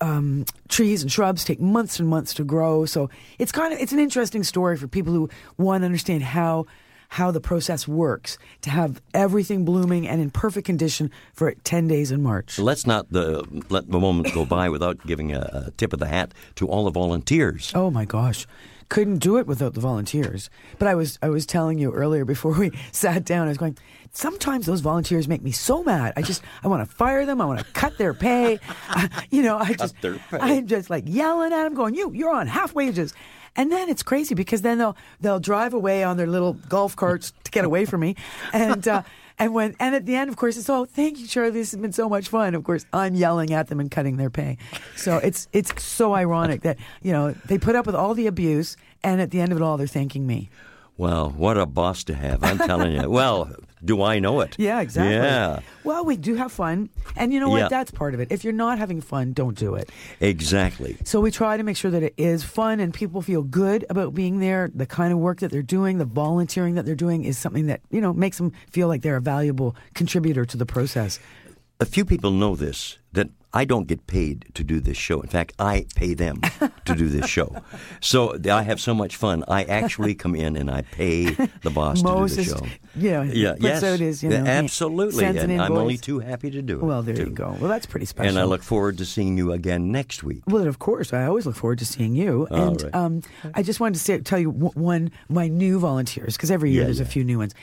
[SPEAKER 4] um, trees and shrubs take months and months to grow. So it's kind of it's an interesting story for people who want to understand how how the process works to have everything blooming and in perfect condition for ten days in March. So
[SPEAKER 3] let's not the, let the moment go by without giving a, a tip of the hat to all the volunteers.
[SPEAKER 4] Oh my gosh. Couldn't do it without the volunteers. But I was I was telling you earlier before we sat down, I was going, sometimes those volunteers make me so mad. I just I want to fire them, I want to cut their pay. I- you know, I just
[SPEAKER 3] their pay.
[SPEAKER 4] I'm just like yelling at them, going, You you're on half wages. And then it's crazy because then they'll they'll drive away on their little golf carts to get away from me. And uh And when and at the end, of course, it's oh, thank you, Charlie. This has been so much fun. Of course, I'm yelling at them and cutting their pay. So it's it's so ironic that you know they put up with all the abuse, and at the end of it all, they're thanking me.
[SPEAKER 3] Well, what a boss to have! I'm telling you. Well, do I know it?
[SPEAKER 4] Yeah, exactly.
[SPEAKER 3] Yeah,
[SPEAKER 4] Well, we do have fun. And you know what?
[SPEAKER 3] Yeah.
[SPEAKER 4] That's part of it. If you're not having fun, don't do it.
[SPEAKER 3] exactly.
[SPEAKER 4] So we try to make sure that it is fun and people feel good about being there. The kind of work that they're doing, the volunteering that they're doing is something that, you know, makes them feel like they're a valuable contributor to the process.
[SPEAKER 3] A few people know this that I don't get paid to do this show. In fact, I pay them to do this show. So I have so much fun. I actually come in and I pay the boss
[SPEAKER 4] Moses,
[SPEAKER 3] to do the show.
[SPEAKER 4] yeah,
[SPEAKER 3] yeah,
[SPEAKER 4] puts
[SPEAKER 3] yes,
[SPEAKER 4] out his, you know,
[SPEAKER 3] absolutely.
[SPEAKER 4] sends an
[SPEAKER 3] And I'm
[SPEAKER 4] invoice.
[SPEAKER 3] only too happy to do it.
[SPEAKER 4] Well, there you
[SPEAKER 3] too.
[SPEAKER 4] go. Well, that's pretty special.
[SPEAKER 3] And I look forward to seeing you again next week.
[SPEAKER 4] Well, of course, I always look forward to seeing you.
[SPEAKER 3] All
[SPEAKER 4] and
[SPEAKER 3] Oh, right.
[SPEAKER 4] um, I just wanted to say, tell you w- one my new volunteers because every year
[SPEAKER 3] Yeah,
[SPEAKER 4] there's a
[SPEAKER 3] yeah.
[SPEAKER 4] few new ones.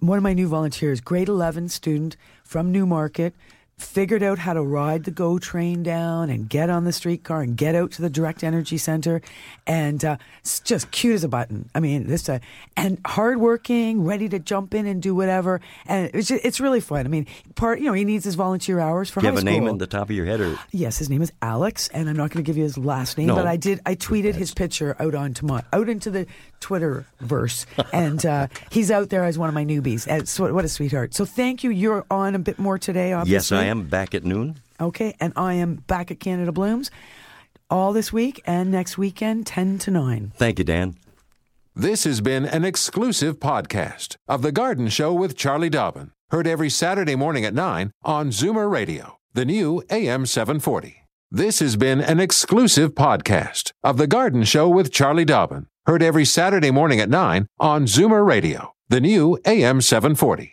[SPEAKER 4] One of my new volunteers, grade eleven student from Newmarket, figured out how to ride the GO train down and get on the streetcar and get out to the Direct Energy Center, and uh, it's just cute as a button. I mean, this uh, and hardworking, ready to jump in and do whatever, and it's ju- it's really fun. I mean, part you know he needs his volunteer hours for
[SPEAKER 3] Do you
[SPEAKER 4] high
[SPEAKER 3] have a
[SPEAKER 4] school.
[SPEAKER 3] name on the top of your head? Or,
[SPEAKER 4] Yes, his name is Alex, and I'm not going to give you his last name,
[SPEAKER 3] No.
[SPEAKER 4] but I did. I tweeted his picture out onto my out into the Twitter verse, and uh, he's out there as one of my newbies. And so, what a sweetheart! So thank you. You're on a bit more today, obviously.
[SPEAKER 3] yes, I am back at noon.
[SPEAKER 4] Okay, and I am back at Canada Blooms all this week and next weekend, ten to nine.
[SPEAKER 3] Thank you, Dan.
[SPEAKER 1] This has been an exclusive podcast of The Garden Show with Charlie Dobbin. Heard every Saturday morning at 9 on Zoomer Radio, the new AM 740. This has been an exclusive podcast of The Garden Show with Charlie Dobbin. Heard every Saturday morning at 9 on Zoomer Radio, the new AM 740.